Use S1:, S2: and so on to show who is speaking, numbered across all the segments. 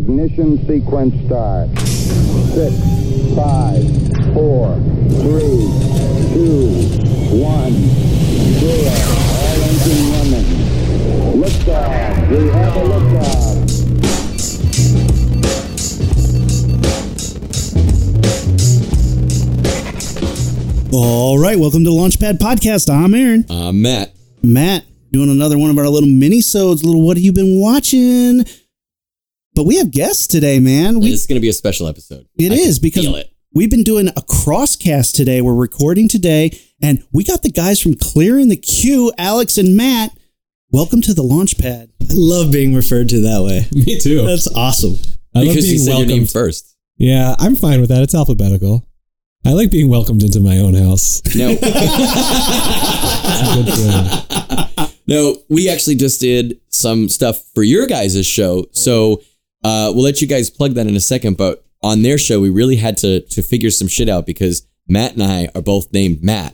S1: Ignition sequence start. Six, five, four, three, two, one, zero. All engine running. Liftoff. We have a liftoff.
S2: All right, welcome to Launchpad Podcast. I'm Aaron.
S3: Uh, Matt,
S2: Matt, doing another one of our little mini-sodes, little what have you been watching? But we have guests today, man. We,
S3: it's going to be a special episode.
S2: It
S3: I can
S2: is, because-
S3: feel it.
S2: we've been doing a crosscast today. We're recording today, and we got the guys from Clearing the Queue, Alex and Matt. Welcome to the Launchpad.
S4: I love being referred to that way.
S5: Me too.
S4: That's awesome.
S5: I love
S3: because you
S5: being
S3: said your
S5: welcomed.
S3: name first.
S5: yeah, I'm fine with that. It's alphabetical. I like being welcomed into my own house.
S3: No,
S5: It's a good feeling.
S3: no, we actually just did some stuff for your guys' show, so uh, we'll let you guys plug that in a second. But on their show, we really had to to figure some shit out because Matt and I are both named Matt,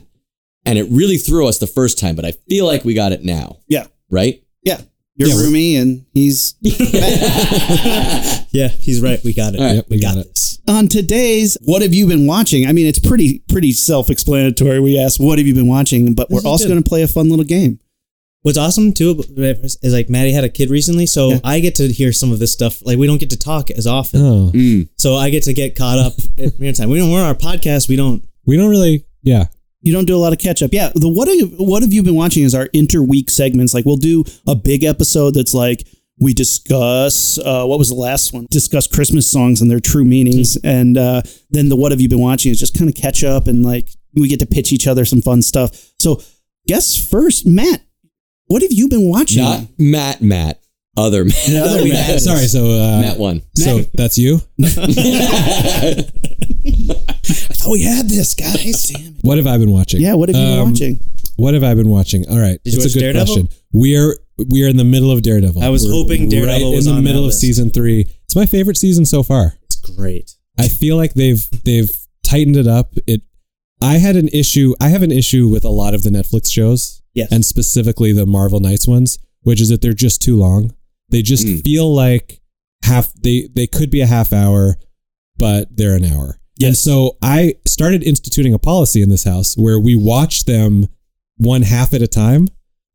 S3: and it really threw us the first time. But I feel like we got it now.
S2: Yeah.
S3: Right.
S2: Yeah, your
S5: Yeah, we're-
S2: roomie, and he's
S4: Yeah, he's right. We got it.
S3: All right,
S4: we,
S5: we
S4: got,
S5: got it.
S4: this.
S2: on today's what have you been watching i mean it's pretty pretty self-explanatory we asked what have you been watching but
S4: This
S2: we're
S4: is
S2: also
S4: good.
S2: going to play a fun little game
S4: What's awesome too is like Maddie had a kid recently, so
S2: Yeah.
S4: I get to hear some of this stuff. Like we don't get to talk as often,
S5: Oh,
S3: Mm.
S4: so I get to get caught up at real time. We don't. We're on our podcast. We don't.
S5: we don't really. Yeah,
S2: you don't do a lot of catch up yeah the what have, what have you been watching is our interweek segments like we'll do a big episode that's like we discuss uh, what was the last one discuss christmas songs and their true meanings and uh, then the what have you been watching is just kind of catch up and like we get to pitch each other some fun stuff so guess first matt what have you been watching
S3: Not Matt. Matt. Other Matt.
S2: Other
S3: Matt.
S2: Matt.
S5: Sorry. So, uh,
S3: Matt one.
S5: so that's you.
S2: i thought we had this guys damn it
S5: What have I been watching?
S2: Yeah, what have you been
S5: Um,
S2: watching?
S5: What have I been watching? All right,
S4: Did you watch
S5: it's a good
S4: Daredevil?
S5: question. We are we are in the middle of Daredevil.
S4: I was
S5: We're
S4: hoping Daredevil
S5: right
S4: was
S5: in the
S4: on
S5: middle
S4: that
S5: of
S4: list.
S5: season three. It's my favorite season so far.
S4: It's great.
S5: I feel like they've they've tightened it up. It I had an issue I have an issue with a lot of the Netflix shows.
S4: Yes.
S5: And specifically the Marvel Knights ones, which is that they're just too long. They just
S3: Mm.
S5: feel like half they they could be a half hour, but they're an hour. And
S2: Yes.
S5: so I started instituting a policy in this house where we watch them one half at a time.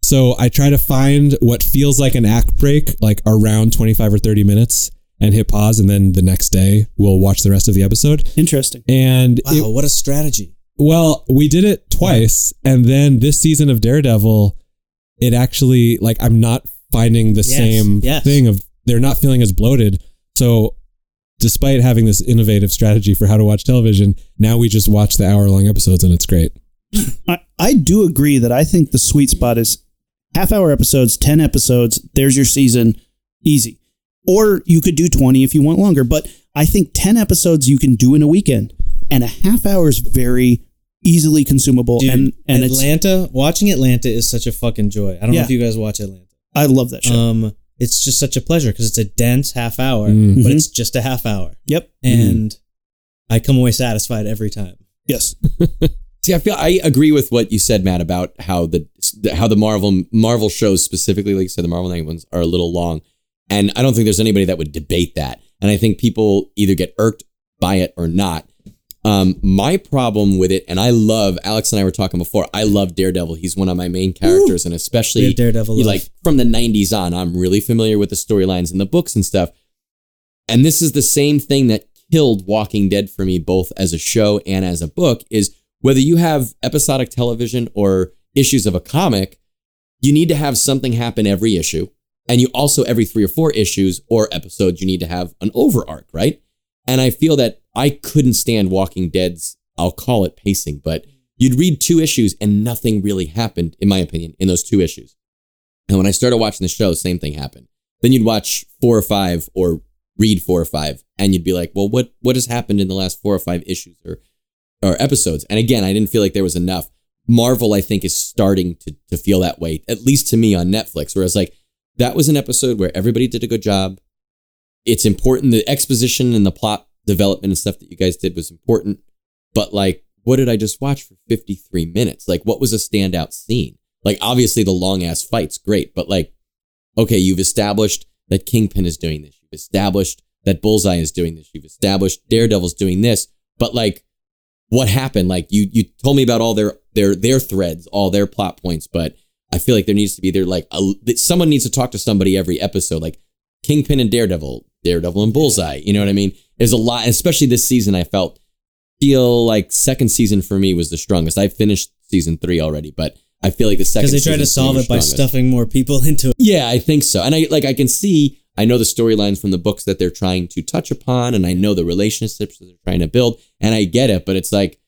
S5: So I try to find what feels like an act break, like around 25 or 30 minutes, and hit pause. And then the next day, we'll watch the rest of the episode.
S2: Interesting.
S5: And
S4: Wow,
S5: it-
S4: what a strategy!
S5: well, we did it twice. And then this season of Daredevil, it actually, like, I'm not finding the
S4: Yes,
S5: same
S4: yes.
S5: thing of they're not feeling as bloated. So, despite having this innovative strategy for how to watch television, now we just watch the hour long episodes and it's great.
S2: I, I do agree that I think the sweet spot is half hour episodes, 10 episodes, there's your season, easy. Or you could do 20 if you want longer, but I think 10 episodes you can do in a weekend, and a half hour is very easily consumable.
S4: Dude,
S2: and and it's,
S4: Atlanta, watching Atlanta is such a fucking joy. I don't know
S2: Yeah.
S4: if you guys watch Atlanta.
S2: I love that show.
S4: Um, it's just such a pleasure because it's a dense half hour,
S2: Mm-hmm.
S5: Mm.
S4: but it's just a half hour.
S2: yep.
S4: and I come away satisfied every time.
S2: Yes.
S3: See, I feel I agree with what you said, Matt, about how the how the Marvel Marvel shows specifically, like you said, the Marvel Knight ones are a little long, and I don't think there's anybody that would debate that. And I think people either get irked by it or not. Um, my problem with it, and I love Alex and I were talking before. I love Daredevil. He's one of my main characters, and
S4: We
S3: especially
S4: have Daredevil.
S3: you,
S4: love.
S3: like from the 90s on i'm really familiar with the storylines and the books and stuff and this is the same thing that killed walking dead for me both as a show and as a book is whether you have episodic television or issues of a comic you need to have something happen every issue and you also every three or four issues or episodes you need to have an over arc right and i feel that i couldn't stand walking dead's i'll call it pacing but you'd read two issues and nothing really happened in my opinion in those two issues and when I started watching the show, same thing happened. Then you'd watch four or five or read four or five, and you'd be like, well, what what has happened in the last four or five issues or or episodes? And again, I didn't feel like there was enough. Marvel, I think, is starting to to feel that way, at least to me on Netflix, where it's like, that was an episode where everybody did a good job. It's important. The exposition and the plot development and stuff that you guys did was important. But like, what did I just watch for 53 minutes? Like, what was a standout scene? Like, obviously, the long ass fight's great, but like, okay, you've established that Kingpin is doing this. You've established that Bullseye is doing this. You've established Daredevil's doing this, but like, what happened? Like you you told me about all their their their threads, all their plot points, but I feel like there needs to be there like a, that someone needs to talk to somebody every episode, like Kingpin and Daredevil, Daredevil and Bullseye. You know what I mean? There's a lot, especially this season. I felt feel like second season for me was the strongest. I finished season three already, but I feel like the second
S4: because they tried
S3: season me
S4: to solve
S3: was
S4: it by
S3: strongest.
S4: stuffing more people into it.
S3: Yeah, I think so. And I like I can see I know the storylines from the books that they're trying to touch upon and I know the relationships that they're trying to build and I get it, but it's like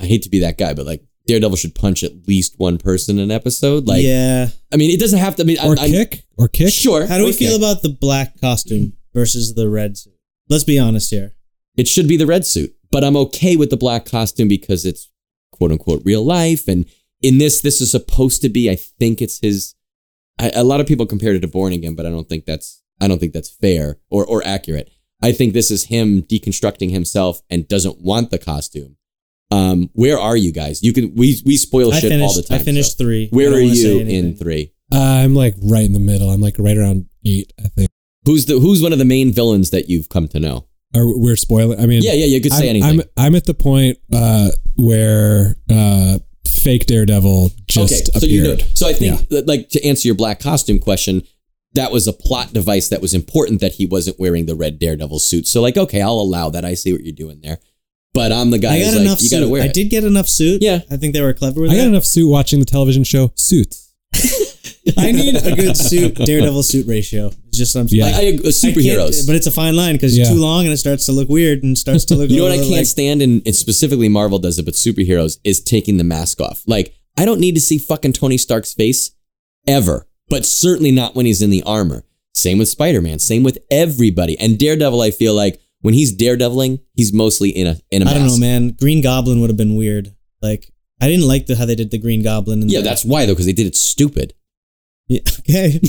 S3: I hate to be that guy, but like Daredevil should punch at least one person an episode. Like
S4: yeah.
S3: I mean, it doesn't have to I mean
S5: or
S3: I'm,
S5: kick or
S3: I'm,
S5: kick.
S3: sure.
S4: How do we
S3: okay.
S4: feel about the black costume versus the red suit? Let's be honest here.
S3: it should be the red suit, but I'm okay with the black costume because it's quote unquote real life. And in this, this is supposed to be, I think it's his. I, a lot of people compared it to Born Again, but I don't think that's I don't think that's fair or or accurate. I think this is him deconstructing himself and doesn't want the costume. Um, where are you guys? You can we we spoil
S4: I
S3: shit
S4: finished.
S3: all the time.
S4: I finished
S3: so
S4: three. I
S3: Where
S4: don't
S3: are
S4: wanna say
S3: you in
S4: anything.
S3: three?
S5: Uh, I'm like right in the middle. I'm like right around eight, I think.
S3: Who's the who's one of the main villains that you've come to know?
S5: Or we're spoiling. I mean,
S3: Yeah, yeah, you could say
S5: I'm,
S3: anything.
S5: I'm I'm at the point uh, where uh, fake Daredevil just
S3: so
S5: appeared.
S3: you know. So I think that, like to answer your black costume question, that was a plot device that was important that he wasn't wearing the red Daredevil suit. So like, okay, I'll allow that. I see what you're doing there, but I'm the guy.
S4: I
S3: who's
S4: got
S3: like,
S4: enough
S3: you
S4: suit.
S3: gotta wear
S4: I
S3: it.
S4: did get enough suit.
S3: Yeah.
S4: I think they were clever with
S5: I got
S4: that.
S5: enough suit watching the television show Suits.
S4: I need a good suit daredevil suit ratio. It's just some
S5: Yeah.
S3: I, I,
S4: I can't-
S3: superheroes.
S4: but it's a fine line because
S5: Yeah.
S4: too long and it starts to look weird and starts to look.
S3: you know what I
S4: a
S3: can't
S4: little, like,
S3: stand, and, and specifically Marvel does it, but superheroes is taking the mask off. Like I don't need to see fucking Tony Stark's face ever, but certainly not when he's in the armor. Same with Spider Man. Same with everybody. And Daredevil, I feel like when he's daredeviling, he's mostly in a in a
S4: I
S3: mask.
S4: don't know, man. Green Goblin would have been weird. Like I didn't like the how they did the Green Goblin. In
S3: Yeah,
S4: the-
S3: that's why though, because they did it stupid.
S4: Yeah, okay.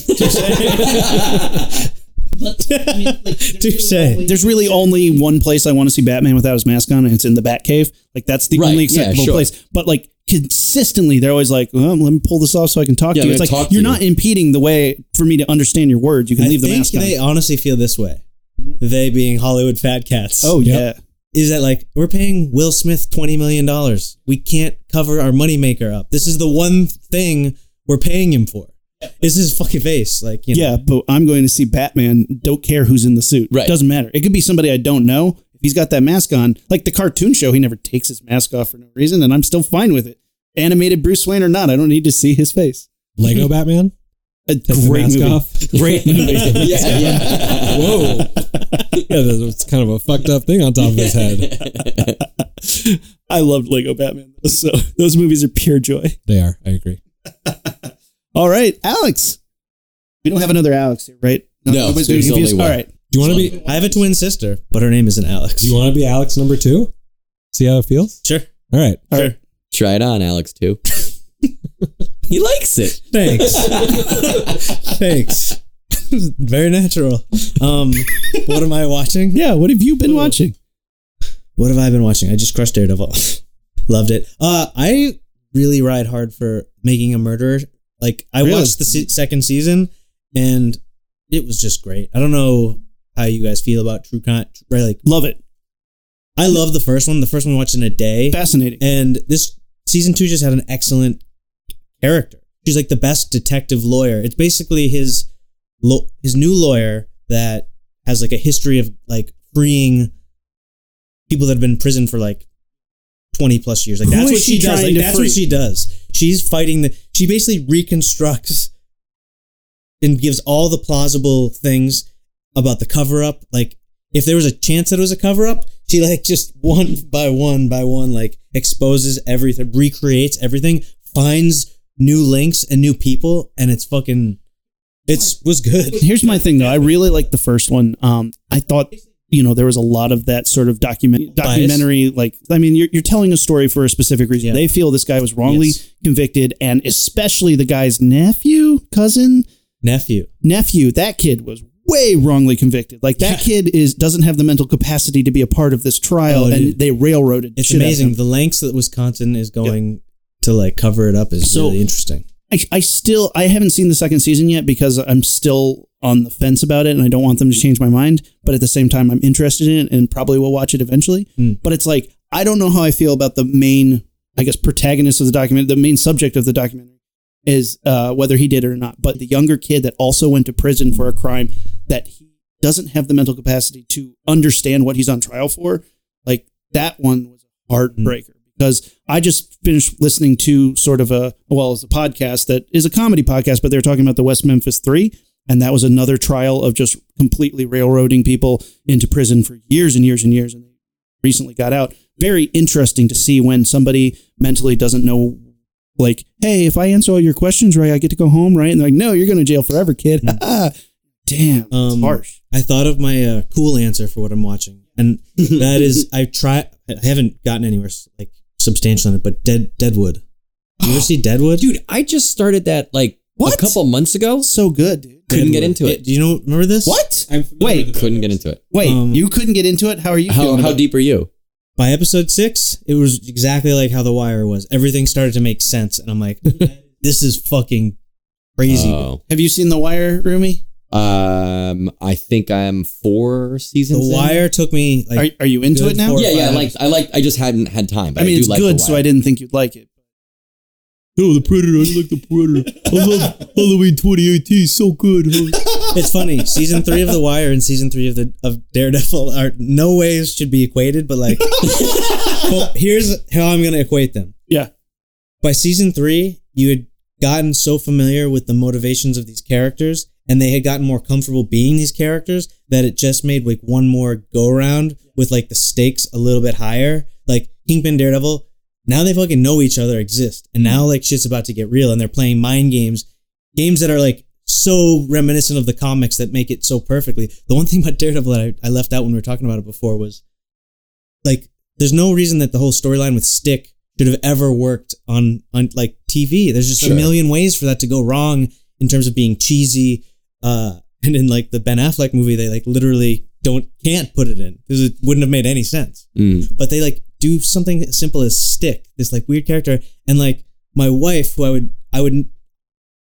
S4: Touche.
S2: There's really only one place I want to see Batman without his mask on, and it's in the Batcave. Like that's the
S3: Right,
S2: only
S3: yeah,
S2: acceptable
S3: sure.
S2: place. But like consistently, they're always like, well, "Let me pull this off so I can talk
S3: Yeah,
S2: to you."
S3: I'm
S2: It's
S3: gonna talk
S2: like
S3: to
S2: you're
S3: you.
S2: not impeding the way for me to understand your words. You can
S4: I
S2: leave the
S4: think
S2: mask on.
S4: they honestly feel this way. They being Hollywood fat cats.
S2: oh
S5: Yep.
S2: yeah,
S4: is that like we're paying Will Smith twenty million dollars. We can't cover our moneymaker up. This is the one thing we're paying him for. Is his fucking face? Like you know,
S2: yeah. But I'm going to see Batman. Don't care who's in the suit.
S3: Right.
S2: Doesn't matter. It could be somebody I don't know. If he's got that mask on, like the cartoon show, he never takes his mask off for no reason, and I'm still fine with it. Animated Bruce Wayne or not, I don't need to see his face.
S5: Lego Batman.
S2: A
S5: Take
S2: great
S5: the mask
S2: movie.
S5: off.
S2: Great movie.
S3: yeah, yeah.
S5: Whoa. yeah, that's that's kind of a fucked up thing on top of his head.
S2: I loved Lego Batman. So those movies are pure joy.
S5: They are. I agree.
S2: All right, Alex. We don't have another Alex here, right?
S3: No,
S2: nobody's
S3: there's
S2: getting confused?
S3: only one.
S2: All right.
S5: Do you want to be?
S4: I have a twin sister, but her name isn't Alex.
S5: Do you want to be Alex number two? See how it feels.
S4: sure.
S5: All right.
S2: All right.
S3: Try it on, Alex. Too. he likes it.
S4: Thanks. Thanks. Very natural. Um, what am I watching?
S2: Yeah, what have you been watching?
S4: What have I been watching? I just crushed Daredevil. Loved it. Uh, I really ride hard for making a murderer. Like I
S2: Really?
S4: watched the se- second season, and it was just great. I don't know how you guys feel about True Con. Right, like
S2: Love it.
S4: I love the first one. The first one I watched in a day,
S2: Fascinating.
S4: and this season two just had an excellent character. She's like the best detective lawyer. It's basically his lo- his new lawyer that has like a history of like freeing people that have been in prison for like 20 plus years. Like
S2: Who is
S4: that's what she,
S2: she
S4: does.
S2: trying
S4: Like
S2: to
S4: that's
S2: free?
S4: what she does. She's fighting the she basically reconstructs and gives all the plausible things about the cover up. Like if there was a chance that it was a cover up, she like just one by one by one like exposes everything, recreates everything, finds new links and new people, and it's fucking it's was good.
S2: Here's my thing though. I really like the first one. Um, I thought you know there was a lot of that sort of document
S4: Bias.
S2: documentary. Like, I mean, you're you're telling a story for a specific reason.
S4: Yeah.
S2: They feel this guy was wrongly
S4: Yes.
S2: convicted, and especially the guy's nephew, cousin,
S4: Nephew.
S2: nephew. That kid was way wrongly convicted. Like that kid is doesn't have the mental capacity to be a part of this trial,
S4: Oh,
S2: and
S4: dude.
S2: they railroaded.
S4: It's
S2: shit out of him.
S4: amazing. The lengths that Wisconsin is going to like cover it up is
S2: So-
S4: really interesting.
S2: I, I still I haven't seen the second season yet because I'm still on the fence about it and I don't want them to change my mind. But at the same time, I'm interested in it and probably will watch it eventually. But it's like I don't know how I feel about the main, I guess, protagonist of the document, the main subject of the documentary is uh, whether he did it or not. But the younger kid that also went to prison for a crime that he doesn't have the mental capacity to understand what he's on trial for, like that one was a
S3: Mm-hmm.
S2: heartbreaker because I just finished listening to sort of a well, it's a podcast that is a comedy podcast, but they were talking about the West Memphis Three. And that was another trial of just completely railroading people into prison for years and years and years. And they recently got out. Very interesting to see when somebody mentally doesn't know, like, hey, if I answer all your questions right, I get to go home, right? And they're like, no, you're going to jail forever, kid.
S3: Mm-hmm.
S2: Damn, it's
S4: Um,
S2: harsh.
S4: I thought of my uh, cool answer for what I'm watching, and that is I try. I haven't gotten anywhere s- like substantial on it, but Dead Deadwood. You ever see Deadwood?
S3: Dude, I just started that like
S2: What?
S3: a couple months ago.
S2: So good, dude.
S3: Couldn't get into it.
S4: Do you know? Remember this?
S2: What?
S5: I'm
S2: Wait.
S3: Couldn't get into it.
S2: Wait,
S4: Um,
S2: you couldn't get into it? How are you
S3: How
S2: feeling
S3: how
S2: about-
S3: deep are you?
S4: By episode six, it was exactly like how The Wire was. Everything started to make sense, and I'm like, this is fucking crazy.
S3: Oh.
S2: Have you seen The Wire, Rumi?
S3: Um, I think I'm four
S4: the
S3: seasons. in.
S4: Wire took me like
S2: are, are you into
S4: good
S2: it now?
S4: for-
S3: Yeah, yeah.
S4: five.
S3: Like I like. I just hadn't had time. But
S2: I mean,
S3: do
S2: it's
S3: like The
S2: good, so
S3: Wire.
S2: I didn't think you'd like it.
S5: Oh, the Predator. I like the Predator. I love Halloween 2018. So good.
S4: it's funny. Season three of The Wire and season three of the of Daredevil are no ways should be equated, but like, well, here's how I'm gonna equate them.
S2: Yeah.
S4: By season three, you had gotten so familiar with the motivations of these characters, and they had gotten more comfortable being these characters that it just made like one more go round with like the stakes a little bit higher. Like Kingpin, Daredevil. Now they fucking know each other exist, and now like shit's about to get real, and they're playing mind games games that are like so reminiscent of the comics that make it so perfectly. The one thing about Daredevil that I, I left out when we were talking about it before was like there's no reason that the whole storyline with Stick should have ever worked on on like TV. There's just
S3: Sure.
S4: a million ways for that to go wrong in terms of being cheesy. Uh, and in like the Ben Affleck movie, they like literally don't can't put it in because it wouldn't have made any sense
S3: Mm.
S4: but they like do something as simple as stick this like weird character and like my wife who i would i would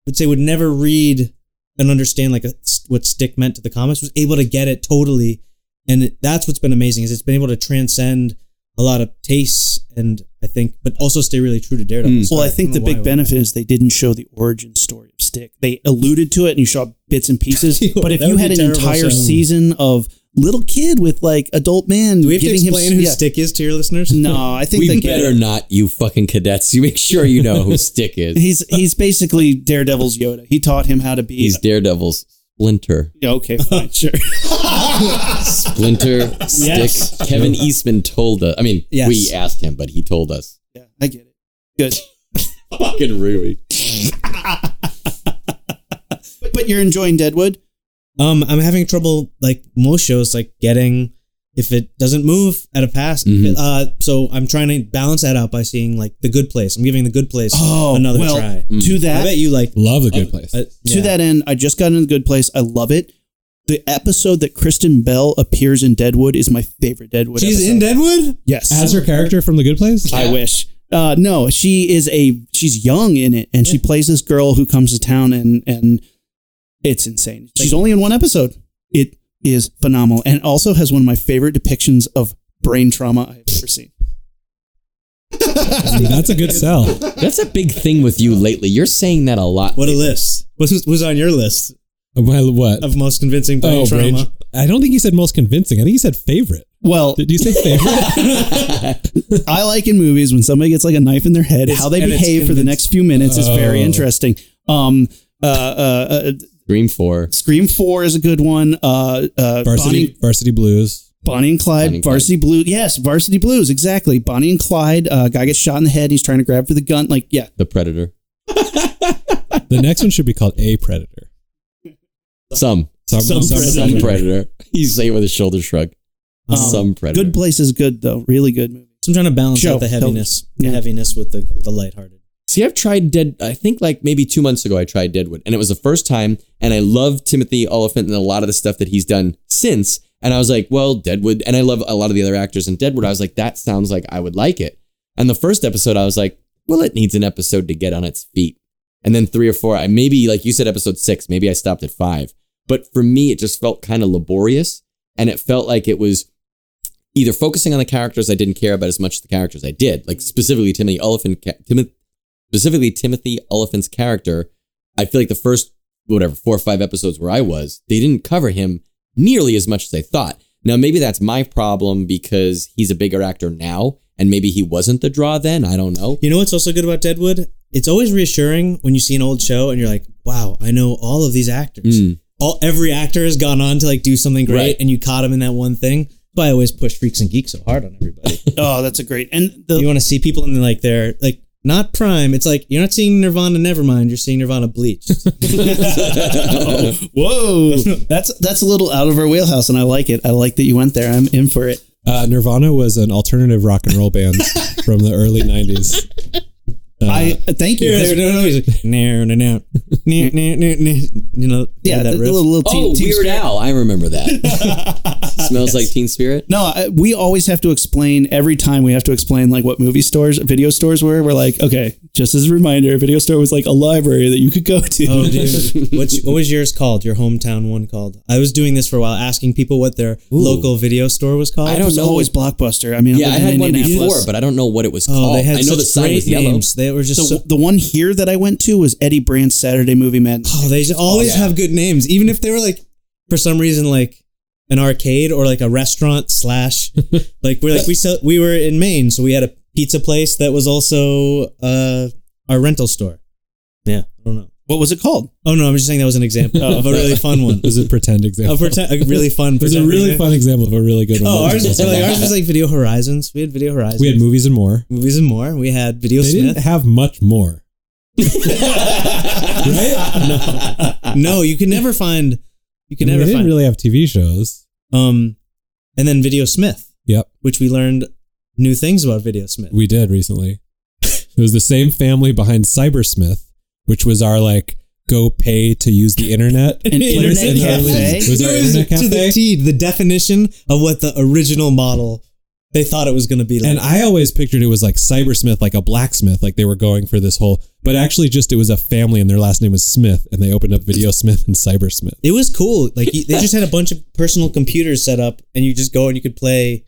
S4: would say would never read and understand like a, what stick meant to the comics was able to get it totally and it, that's what's been amazing is it's been able to transcend a lot of tastes and i think but also stay really true to daredevil
S3: Mm.
S4: So
S2: Well, I
S4: don't
S2: think the
S4: know
S2: big
S4: why-
S2: benefit is they didn't show the origin story of Stick. They alluded to it, and you saw bits and pieces.
S4: Yo,
S2: but if
S4: that
S2: you
S4: would
S2: had
S4: be
S2: an
S4: terrible
S2: entire
S4: show.
S2: season of little kid with like adult man
S4: do we have to
S2: giving
S4: explain
S2: him
S4: who
S2: yeah.
S4: stick is to your listeners
S2: no, I think they
S3: We
S2: get
S3: better
S2: it.
S3: not, you fucking cadets. You make sure you know who Stick is.
S2: He's he's basically Daredevil's Yoda. He taught him how to be.
S3: He's Daredevil's Splinter.
S2: Yeah, okay, fine, sure.
S3: Splinter Stick.
S2: Yes.
S3: Kevin Eastman told us. I mean,
S4: Yes.
S3: we asked him, but he told us.
S2: Yeah, I get it. Good,
S3: Fucking Rui.
S2: but, but you're enjoying Deadwood.
S4: Um, I'm having trouble like most shows, like getting if it doesn't move at a pass.
S2: Mm-hmm.
S3: Mhm.
S4: Uh, so I'm trying to balance that out by seeing like the good place. I'm giving the good place
S2: Oh,
S4: another
S2: well,
S4: try.
S2: To that,
S4: I bet you like
S5: Love the
S3: Oh,
S5: good place.
S4: uh,
S2: to
S4: yeah.
S2: that end, I just got into the good place. I love it. The episode that Kristen Bell appears in Deadwood is my favorite Deadwood.
S4: She's
S2: episode.
S4: in Deadwood.
S2: Yes,
S5: As her character from The Good Place?
S2: I wish. Uh, no, she is a she's young in it, and she plays this girl who comes to town, and and it's insane. She's only in one episode. It is phenomenal, and also has one of my favorite depictions of brain trauma I've ever seen.
S5: That's a good sell.
S3: That's a big thing with you lately. You're saying that a lot.
S4: What a list! What's who's on your list
S5: Well, what?
S4: of most convincing brain
S2: Oh,
S4: trauma?
S5: Rage. Oh, I don't think he said most convincing. I think he said favorite.
S2: Well,
S5: Did you say favorite?
S2: I like in movies when somebody gets like a knife in their head, how they
S4: and it's
S2: behave for the
S4: convincing.
S2: next few minutes is very
S5: Oh.
S2: interesting. Um, uh, uh, uh,
S3: Dream 4.
S2: Scream Four is a good one. Uh, uh,
S5: varsity,
S2: Bonnie,
S5: varsity Blues.
S2: Bonnie and Clyde,
S3: Bonnie and
S2: Varsity Blue, yes, Varsity Blues, exactly. Bonnie and Clyde, uh, guy gets shot in the head, and he's trying to grab for the gun. Like, yeah,
S3: The Predator.
S5: The next one should be called A Predator.
S3: Some.
S5: Some, some-
S2: Predator.
S5: some
S3: Some Predator. He's saying with a shoulder shrug.
S4: Um,
S3: some Predator.
S2: Good Place is good though, really good movie.
S4: So I'm trying to balance
S2: Show.
S4: out the heaviness,
S2: Yeah.
S4: the heaviness with the the lighthearted.
S3: See, I've tried Dead. I think like maybe two months ago, I tried Deadwood, and it was the first time. And I love Timothy Oliphant and a lot of the stuff that he's done since. And I was like, well, Deadwood, and I love a lot of the other actors in Deadwood. I was like, that sounds like I would like it. And the first episode, I was like, well, it needs an episode to get on its feet. and then three or four. I maybe like you said, episode six. Maybe I stopped at five. But for me, it just felt kind of laborious, and it felt like it was either focusing on the characters I didn't care about as much as the characters I did, like specifically Timothy Oliphant, ca- Timoth- specifically Timothy Oliphant's character. I feel like the first whatever four or five episodes where I was, they didn't cover him nearly as much as I thought. Now maybe that's my problem because he's a bigger actor now, and maybe he wasn't the draw then. I don't know.
S4: You know what's also good about Deadwood? It's always reassuring when you see an old show and you're like, wow, I know all of these actors.
S2: Hmm.
S3: Mm.
S4: All every actor has gone on to like do something great,
S3: Right.
S4: and you caught him in that one thing. But I always push freaks and geeks so hard on everybody.
S2: Oh, that's a great and the
S4: you want to see people in like their like not prime. It's like you're not seeing Nirvana. Nevermind. You're seeing Nirvana Bleach.
S2: whoa, that's that's a little out of our wheelhouse, and I like it. I like that you went there. I'm in for it.
S5: Uh, Nirvana was an alternative rock and roll band from the early 90s. Uh,
S2: I thank you.
S4: no, no, no. He's like, no, no, no, no, no, no, no. You know,
S2: yeah,
S4: that
S2: the, the
S4: riff.
S2: little, little
S3: Oh,
S2: teen- teen
S3: Weird
S2: spirit.
S3: Al! I remember that. Smells like Teen Spirit.
S2: No, I, we always have to explain every time we have to explain like what movie stores, video stores were. We're like, okay, just as a reminder, a video store was like a library that you could go to.
S4: Oh, dude. What's, what was yours called? Your hometown one called? I was doing this for a while, asking people what their local video store was called.
S3: I
S2: it
S3: don't
S2: was
S3: know.
S2: always Blockbuster. I mean,
S3: Yeah, I
S2: lived in
S3: had one before,
S2: Indianapolis.
S3: but I don't know what it was
S4: Oh,
S3: called.
S4: they had
S3: I know
S4: such
S3: the sign
S4: great
S3: was yellow.
S4: names. They were just
S2: the,
S4: so.
S2: the one here that I went to was Eddie Brandt's Saturday Movie Madness.
S4: oh, they just always
S3: Yeah.
S4: have good names, even if they were like, for some reason, like an arcade or like a restaurant slash, like we're like we sell, we were in Maine, so we had a pizza place that was also uh, our rental store. Yeah, I don't know.
S2: What was it called?
S4: Oh no, I'm just saying that was an example
S3: Oh.
S4: of a really fun one.
S5: it was a pretend
S4: A,
S5: example.
S4: pretend, a really fun.
S5: it was a
S4: pretend-
S5: really fun example of a really good one.
S4: Oh,
S5: That
S4: ours
S5: was
S4: was
S5: awesome.
S4: like ours was like Video Horizons. We had Video Horizons.
S5: we had movies and more.
S4: movies and more. We had Video
S5: They
S4: Smith.
S5: didn't have much more.
S4: Uh, no, you can never find. You
S5: I
S4: can
S5: mean,
S4: never
S5: they didn't
S4: find.
S5: really have TV shows.
S4: um, and then Video Smith,
S5: Yep,
S4: which we learned new things about Video Smith.
S5: we did recently. it was the same family behind Cybersmith, which was our like go pay to use the internet.
S2: An internet
S5: in the early-
S2: cafe.
S5: Was our
S4: It was
S5: internet
S4: to the
S5: cafe?
S4: T, the definition of what the original model they thought it was going to be like.
S5: And I always pictured it was like Cybersmith, like a blacksmith, like they were going for this whole. But actually, just it was a family, and their last name was Smith, and they opened up Video Smith and Cybersmith.
S4: it was cool. Like you- they just had a bunch of personal computers set up, and you just go and you could play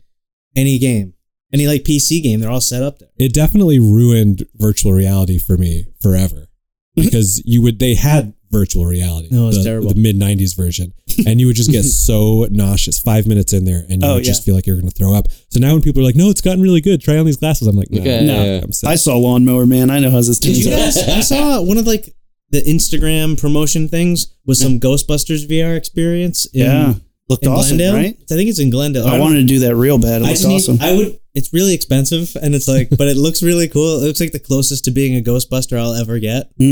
S4: any game, any like PC game. They're all set up there.
S5: It definitely ruined virtual reality for me forever because you would they had virtual reality,
S4: No, it was
S5: the,
S4: terrible.
S5: the mid '90s version, and you would just get so nauseous five minutes in there, and you
S2: Oh,
S5: would just
S2: yeah.
S5: feel like you're going to throw up. So now when people are like, "No, it's gotten really good. Try on these glasses," I'm like, "No,
S3: Okay.
S5: no,
S3: No.
S5: I'm
S2: I
S5: sad."
S2: saw Lawnmower Man. I know how this
S4: Did
S2: turns
S4: you
S2: out.
S4: guys? I saw one of like the Instagram promotion things was some Ghostbusters VR experience. In,
S2: Yeah,
S4: in
S2: looked awesome,
S4: Glendale.
S2: right?
S4: I think it's in Glendale.
S2: I
S4: don't-
S2: wanted to do that real bad. It
S4: I
S2: looked
S4: just need-
S2: awesome.
S4: I would. It's really expensive, and it's like, but it looks really cool. It looks like the closest to being a Ghostbuster I'll ever get.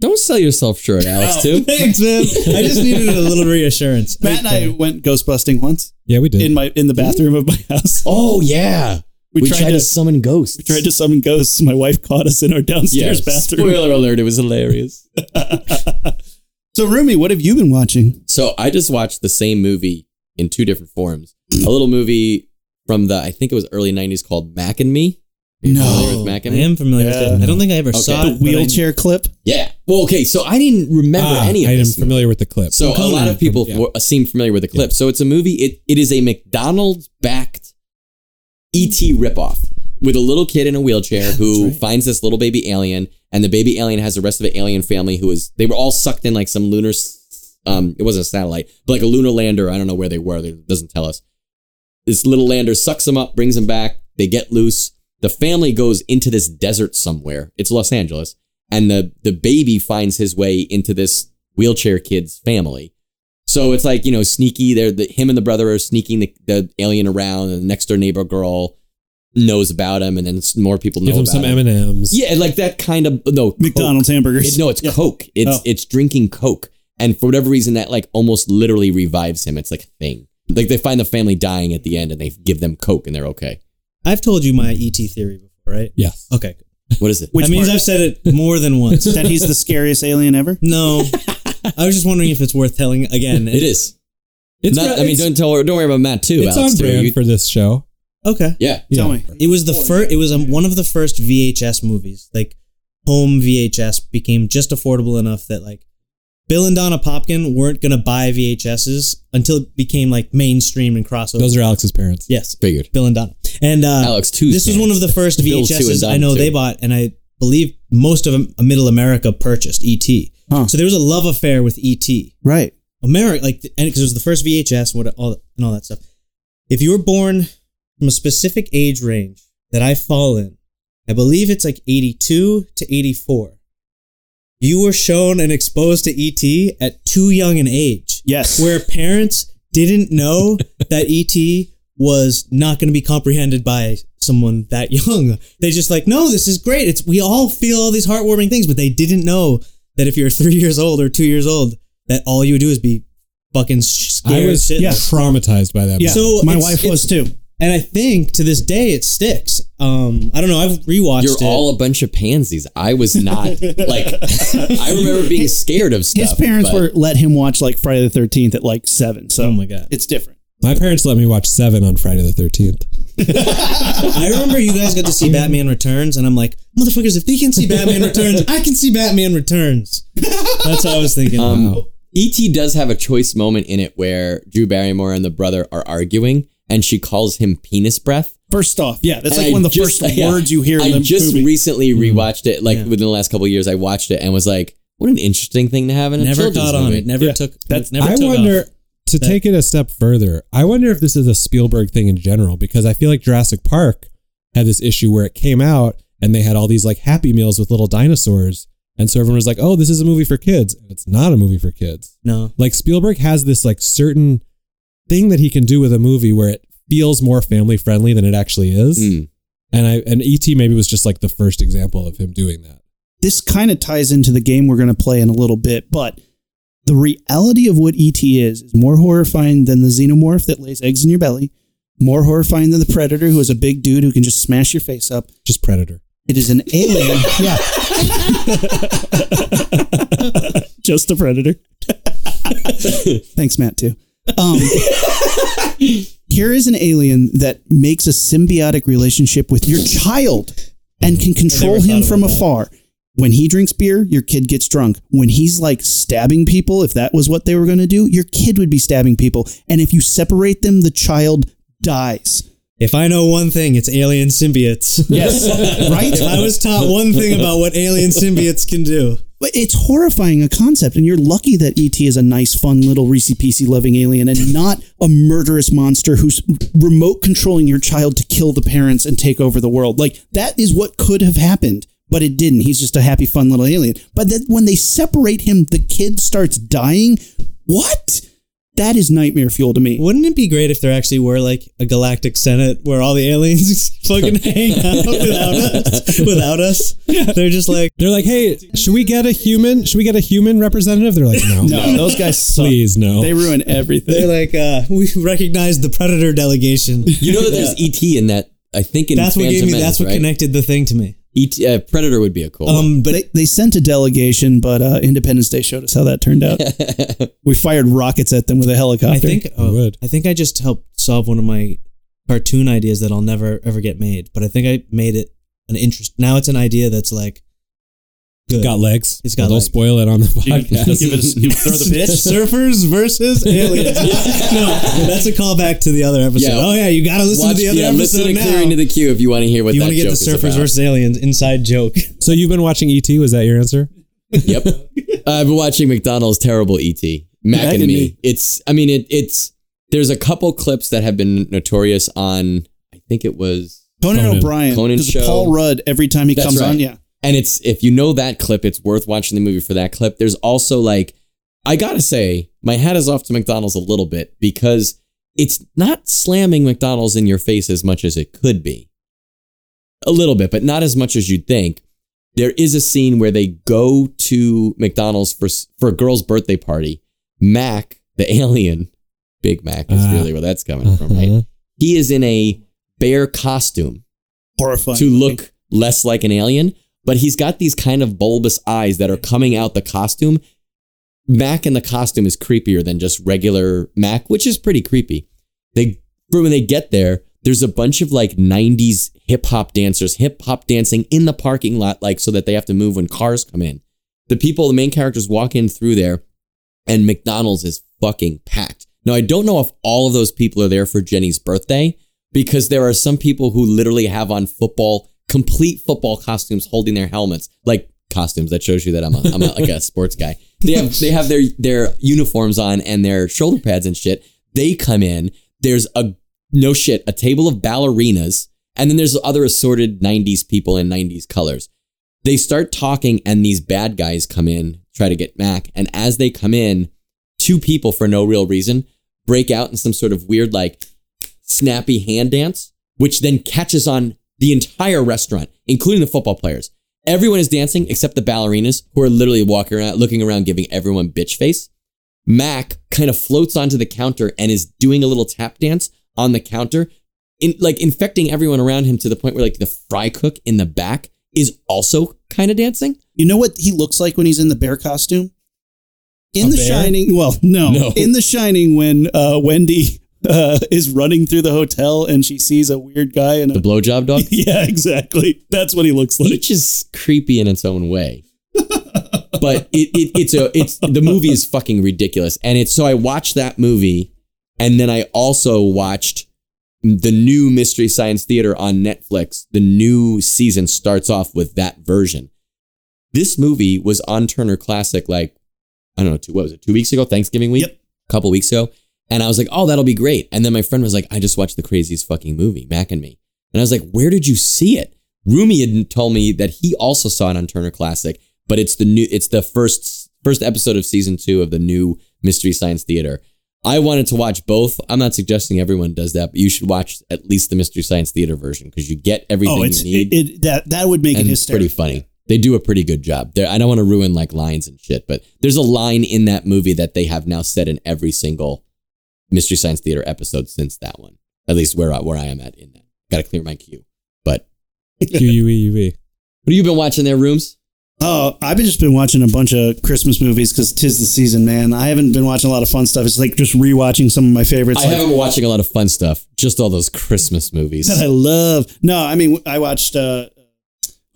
S3: Don't sell yourself short, Alex. Too.
S4: Thanks, man. I just needed a little reassurance.
S2: Matt and I went ghost busting once
S5: yeah, we did.
S2: in my in the bathroom of my house.
S3: Oh yeah.
S2: We, tried, to,
S3: summon ghosts.
S2: tried to summon ghosts. My wife caught us in our downstairs bathroom.
S3: Spoiler alert! It was hilarious.
S2: So, Rumi, what have you been watching?
S3: So I just watched the same movie in two different forms. A little movie from the I think it was early '90s called Mac and Me. Are you
S2: No.
S3: familiar with Mac
S4: I
S3: and Me.
S4: am familiar
S2: Yeah.
S4: with it. I don't think I ever
S3: Okay.
S4: saw
S3: The
S4: it,
S2: The
S4: but I-
S2: wheelchair clip.
S3: Yeah. Well, okay. So I didn't remember
S5: Ah,
S3: any of
S5: I am
S3: this. movie.
S5: familiar with the clip.
S3: So a
S5: Conan,
S3: lot of people
S5: yeah.
S3: were, uh, seem familiar with the clip. So it's a movie. It it is a McDonald's backed ET ripoff with a little kid in a wheelchair who finds this little baby alien, and the baby alien has the rest of the alien family who is they were all sucked in like some lunar. s- Um, it wasn't a satellite, but like a lunar lander. I don't know where they were. It doesn't tell us. This little lander sucks them up, brings them back. They get loose. The family goes into this desert somewhere. It's Los Angeles, and the the baby finds his way into this wheelchair kid's family. So it's like you know, sneaky. They're the, him and the brother are sneaking the, the alien around, and the next door neighbor girl knows about him, and then s- more people know
S5: give them
S3: about
S5: some
S3: him.
S5: M and M's.
S3: Yeah, like that kind of no
S2: McDonald's hamburgers.
S3: it- no, it's Coke. It's
S2: Oh.
S3: it's drinking Coke, and for whatever reason, that like almost literally revives him. It's like a thing. Like they find the family dying at the end, and they give them Coke, and they're okay.
S4: I've told you my ET theory before, right?
S5: Yes.
S4: Okay,
S3: What is it?
S2: Which
S4: that means
S2: part?
S4: I've said it more than once.
S2: that he's the scariest alien ever.
S4: no, I was just wondering if it's worth telling again.
S3: It is.
S5: It's
S3: Not,
S5: not,
S3: I mean, don't tell. Don't worry about Matt too.
S5: it's
S3: Alex,
S5: on
S3: too.
S5: brand
S3: You-
S5: for this show.
S4: Okay.
S3: yeah.
S2: Tell
S5: Yeah.
S2: me.
S4: It was the first. It was um, one of the first VHS movies. Like home VHS became just affordable enough that like Bill and Donna Popkin weren't gonna buy VHSs until it became like mainstream and crossover.
S5: Those are Alex's parents.
S4: yes,
S3: Figured.
S4: Bill and Donna. And uh,
S3: Alex too.
S4: this was one of the first
S3: Bill too and
S4: VHSs I
S3: Donna
S4: know
S3: too.
S4: they bought, and I believe most of Am- Middle America purchased ET.
S2: Huh.
S4: So there was a love affair with ET.
S2: Right.
S4: America, like, th- and because it was the first VHS, what all and all that stuff. If you were born from a specific age range that I fall in, I believe it's like eighty-two to eighty-four. You were shown and exposed to ET at too young an age
S2: Yes.
S4: where parents didn't know that ET was not going to be comprehended by someone that young. They just like, no, this is great. It's we all feel all these heartwarming things, but they didn't know that if you're three years old or two years old, that all you do is be fucking scared.
S5: I was
S4: shitless.
S2: yeah.
S5: traumatized by that.
S2: yeah.
S5: movie.
S4: so
S2: my
S4: it's-
S2: wife
S4: it's-
S2: was too.
S4: and I think to this day it sticks. Um, I don't know. I've rewatched
S3: You're
S4: it.
S3: all a bunch of pansies. I was not like. I remember being scared of stuff.
S2: His parents
S3: but
S2: were let him watch like Friday the Thirteenth at like seven. So
S4: Oh my God.
S2: it's different.
S5: my parents let me watch Seven on Friday the Thirteenth.
S4: I remember you guys got to see Batman Returns, and I'm like, motherfuckers, if they can see Batman Returns, I can see Batman Returns. That's what I was thinking.
S3: Um, E.T. does have a choice moment in it where Drew Barrymore and the brother are arguing, and she calls him penis breath.
S2: First off, yeah, that's
S3: And
S2: like
S3: I
S2: one of the
S3: just-
S2: first
S3: yeah,
S2: words you hear in
S3: I
S2: the
S3: just
S2: movie.
S3: recently
S4: Mm-hmm.
S3: rewatched it, like within the last couple of years. I watched it and was like, "What an interesting thing to have in a
S4: never
S3: children's
S4: got on
S3: movie."
S4: it. Never took.
S2: That's-
S4: never
S5: I
S4: took
S5: wonder
S4: off.
S5: to take it a step further. I wonder if this is a Spielberg thing in general because I feel like Jurassic Park had this issue where it came out and they had all these like Happy Meals with little dinosaurs, and so everyone was like, "Oh, this is a movie for kids," and it's not a movie for kids.
S4: No,
S5: Like Spielberg has this like certain thing that he can do with a movie where it feels more family friendly than it actually is.
S4: Hmm.
S3: Mm.
S5: And I and ET maybe was just like the first example of him doing that.
S2: this kind of ties into the game we're going to play in a little bit, but the reality of what ET is is more horrifying than the xenomorph that lays eggs in your belly, more horrifying than the predator who is a big dude who can just smash your face up.
S5: Just Predator.
S2: It is an alien. yeah. just a predator. Thanks, Matt, too. Um, here is an alien that makes a symbiotic relationship with your child and can control him
S4: thought
S2: from
S4: about that.
S2: afar. When he drinks beer, your kid gets drunk. When he's like stabbing people, if that was what they were going to do, your kid would be stabbing people. And if you separate them, the child dies.
S4: if I know one thing, it's alien symbiotes.
S2: Yes. right?
S4: if I was taught one thing about what alien symbiotes can do,
S2: But it's horrifying a concept, and you're lucky that ET is a nice, fun little Reese Piecey loving alien and not a murderous monster who's remote controlling your child to kill the parents and take over the world. Like that is what could have happened, but it didn't. He's just a happy, fun little alien. But then when they separate him, the kid starts dying. What? That is nightmare fuel to me.
S4: wouldn't it be great if there actually were like a galactic senate where all the aliens fucking hang out without us? Without us, they're just like
S5: They're like, hey, should we get a human? Should we get a human representative? They're like, no,
S2: No, those guys suck.
S5: please, no.
S2: They ruin everything.
S4: they're like uh, we recognize the predator delegation.
S3: You know that there's E.T. in that. I think in
S4: That's what gave
S3: Phantom
S4: me.
S3: Menace,
S4: That's what
S3: right?
S4: connected the thing to me.
S3: E.T., uh, Predator would be a cool. one.
S4: Um, but
S2: they, they sent a delegation, but uh, Independence Day showed us how that turned out. we fired rockets at them with a helicopter.
S4: I think oh,
S5: I would.
S4: I think I just helped solve one of my cartoon ideas that I'll never ever get made. But I think I made it an interest. Now it's an idea that's like good.
S5: got legs.
S4: It's got
S5: Well, Don't
S4: legs.
S5: spoil it on the podcast.
S2: Give it a- give it- throw the pitch.
S4: surfers versus aliens. no, that's a callback to the other episode.
S3: Yeah.
S4: oh yeah, you got to listen
S3: Watch,
S4: to the other
S3: yeah,
S4: episode
S3: listen to
S4: now.
S3: Clearing to the Queue if you want to hear what
S4: if you
S3: that
S4: want to get
S3: joke
S4: the
S3: is
S4: surfers
S3: about.
S4: versus aliens inside joke.
S5: so you've been watching ET? Was that your answer?
S3: yep. I've been watching McDonald's terrible ET. Mac,
S2: Mac
S3: and,
S2: and
S3: me.
S2: Me.
S3: It's I mean it it's there's a couple clips that have been notorious on I think it was
S2: Conan,
S5: Conan.
S2: O'Brien
S3: Conan
S2: does a
S3: show.
S2: Paul Rudd every time he
S3: That's
S2: comes
S3: right.
S2: on. Yeah,
S3: and it's if you know that clip, it's worth watching the movie for that clip. There's also like I gotta say, my hat is off to McDonald's a little bit because it's not slamming McDonald's in your face as much as it could be. A little bit, but not as much as you'd think. There is a scene where they go to McDonald's for s- for a girl's birthday party. Mac, the alien, Big Mac is
S5: Ah.
S3: really where that's coming from, right?
S5: Uh-huh.
S3: He is in a bear costume
S2: horrifying.
S3: to look less like an alien, but he's got these kind of bulbous eyes that are coming out the costume. Mac in the costume is creepier than just regular Mac, which is pretty creepy. They for when they get there, there's a bunch of like 90s hip hop dancers hip hop dancing in the parking lot, like so that they have to move when cars come in. The people, the main characters walk in through there, and McDonald's is fucking packed. Now, I don't know if all of those people are there for Jenny's birthday because there are some people who literally have on football, complete football costumes holding their helmets, like costumes. That shows you that I'm a, I'm a, like a sports guy. They have, they have their, their uniforms on and their shoulder pads and shit. They come in. There's a, no shit, a table of ballerinas. And then there's other assorted 90s people in 90s colors they start talking and these bad guys come in try to get mac and as they come in two people for no real reason break out in some sort of weird like snappy hand dance which then catches on the entire restaurant including the football players everyone is dancing except the ballerinas who are literally walking around looking around giving everyone bitch face mac kind of floats onto the counter and is doing a little tap dance on the counter in like infecting everyone around him to the point where like the fry cook in the back is also kind of dancing.
S2: You know what he looks like when he's in the bear costume? In
S5: A
S2: The
S5: bear?
S2: Shining, well, no.
S3: No.
S2: In The Shining, when uh, Wendy uh, is running through the hotel and she sees a weird guy and
S3: The
S2: a.
S3: blowjob dog.
S2: Yeah, exactly. That's what he looks like.
S3: Each is creepy in its own way. but it, it it's a it's the movie is fucking ridiculous. And it's so I watched that movie and then I also watched the new Mystery Science Theater on Netflix. The new season starts off with that version. This movie was on Turner Classic like I don't know, two, what was it, two weeks ago, Thanksgiving week?
S2: Yep.
S3: A couple weeks ago. And I was like, oh, that'll be great. And then my friend was like, I just watched the craziest fucking movie, Mac and Me. And I was like, where did you see it? Rumi had told me that he also saw it on Turner Classic, but it's the new, it's the first first episode of season two of the new Mystery Science Theater. I wanted to watch both. I'm not suggesting everyone does that, but you should watch at least the Mystery Science Theater version because you get everything
S2: Oh, it's
S3: you need
S2: it, it, that that would make it
S3: and it's
S2: hysterical.
S3: pretty funny. They do a pretty good job. There, I don't want to ruin like lines and shit, but there's a line in that movie that they have now said in every single Mystery Science Theater episode since that one. At least where I, where I am at in that. Got to clear my queue. But
S5: Q U E U E.
S3: what have you been watching there, rooms?
S2: Oh, I've been just been watching a bunch of Christmas movies because tis the season, man. I haven't been watching a lot of fun stuff. It's like just rewatching some of my favorites.
S3: I
S2: like-
S3: haven't been watching a lot of fun stuff. Just all those Christmas movies.
S2: that I love. No, I mean I watched uh,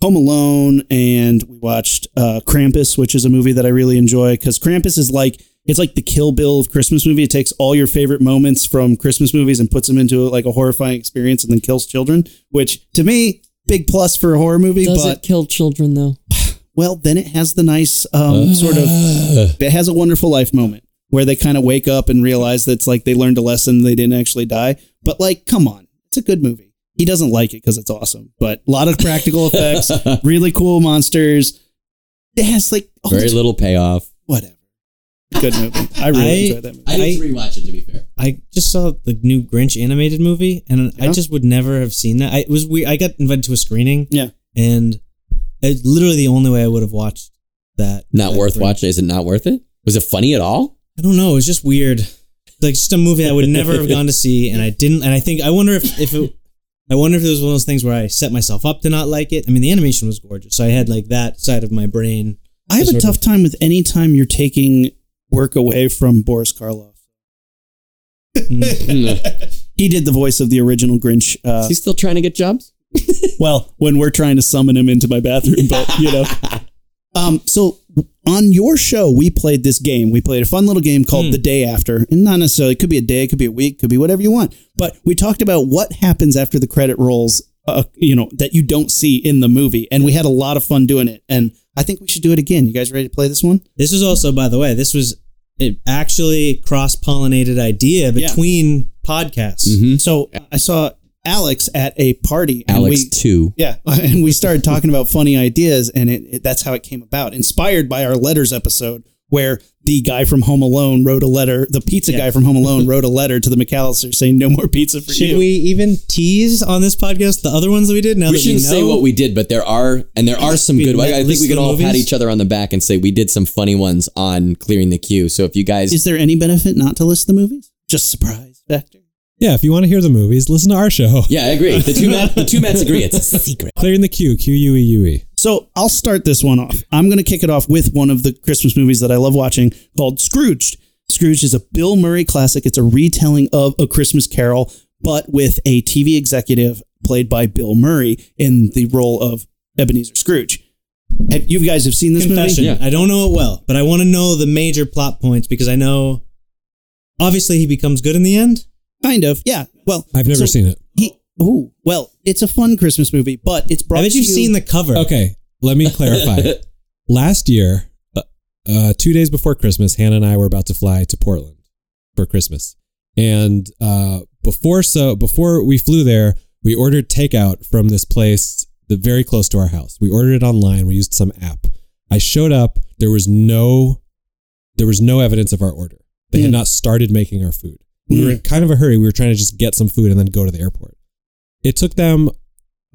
S2: Home Alone and we watched uh, Krampus, which is a movie that I really enjoy because Krampus is like it's like the Kill Bill of Christmas movie. It takes all your favorite moments from Christmas movies and puts them into like a horrifying experience and then kills children, which to me big plus for a horror movie.
S3: Does
S2: but
S3: it kill children though?
S2: well, then it has the nice um, sort of it has a wonderful life moment where they kind of wake up and realize that's like they learned a lesson they didn't actually die but like come on it's a good movie he doesn't like it because it's awesome but a lot of practical effects really cool monsters it has like all
S3: Very
S2: this-
S3: little payoff.
S2: whatever good movie i really
S4: I-
S2: enjoy that movie
S3: I need to
S4: need to
S3: rewatch it to be fair.
S4: I just saw the new Grinch animated movie, and I
S2: Yeah.
S4: just would never have seen that. I it was we I got invited to a screening,
S2: yeah
S4: and it's literally the only way I would have watched that.
S3: Not
S4: that
S3: worth
S4: Grinch.
S3: watching. Is it not worth it? Was it funny at all?
S4: I don't know. It was just weird. Like just a movie I would never have gone to see, and I didn't. And I think I wonder if if it. I wonder if it was one of those things where I set myself up to not like it. I mean, the animation was gorgeous, so I had like that side of my brain.
S2: i have a
S4: Sort of.
S2: tough time with any time you're taking work away from boris karloff he did the voice of the original grinch uh,
S3: Is he still trying to get jobs?
S2: Well, when we're trying to summon him into my bathroom, but you know. Um, so on your show, we played this game. We played a fun little game called The Day After. And not necessarily, it could be a day, it could be a week, it could be whatever you want. But we talked about what happens after the credit rolls, uh, you know, that you don't see in the movie. And we had a lot of fun doing it. And I think we should do it again. You guys ready to play this one?
S4: This was also, by the way, this was an actually cross pollinated idea
S2: Yeah.
S4: between podcasts.
S3: Mm-hmm.
S2: So I saw Alex at a party. and
S3: Alex
S2: we-
S3: too.
S2: Yeah, and we started talking about funny ideas, and it, it that's how it came about, inspired by our letters episode, where the guy from Home Alone wrote a letter. The pizza guy from Home Alone wrote a letter to the McAllister saying, "No more pizza for
S4: Should
S2: you."
S4: we even tease on this podcast the other ones that we did? Now
S3: we
S4: that we know,
S3: shouldn't say what we did, but there are and there are some
S4: We
S3: good. I, I think
S4: list
S3: we could
S4: the
S3: all pat
S4: movies?
S3: each other on the back and say we did some funny ones on clearing the queue. So if you guys,
S2: Is there any benefit not to list the movies? Just surprise factor.
S5: Yeah, if you want to hear the movies, listen to our show.
S3: yeah, I agree. The two Matt, the two Matts agree. It's a secret.
S5: Clearing the queue. Q U E U E.
S2: So I'll start this one off. I'm going to kick it off with one of the Christmas movies that I love watching called Scrooged. Scrooged is a Bill Murray classic. It's a retelling of A Christmas Carol, but with a TV executive played by Bill Murray in the role of Ebenezer Scrooge. Have, you guys have seen this
S4: Confession.
S3: Yeah.
S4: I don't know it well, but I want to know the major plot points because I know. Obviously, he becomes good in the end.
S2: movie? Kind of, yeah. Well,
S5: I've never
S2: so
S5: seen it.
S2: He, ooh, well, it's a fun Christmas movie, but it's brought.
S4: I bet you've seen the cover.
S5: Okay, let me clarify. Last year, uh, uh, two days before Christmas, Hannah and I were about to fly to Portland for Christmas, and uh, before so before we flew there, we ordered takeout from this place that very close to our house. We ordered it online. We used some app. I showed up. There was no, there was no evidence of our order. They had
S2: Mm.
S5: not started making our food. We were in kind of a hurry. We were trying to just get some food and then go to the airport. It took them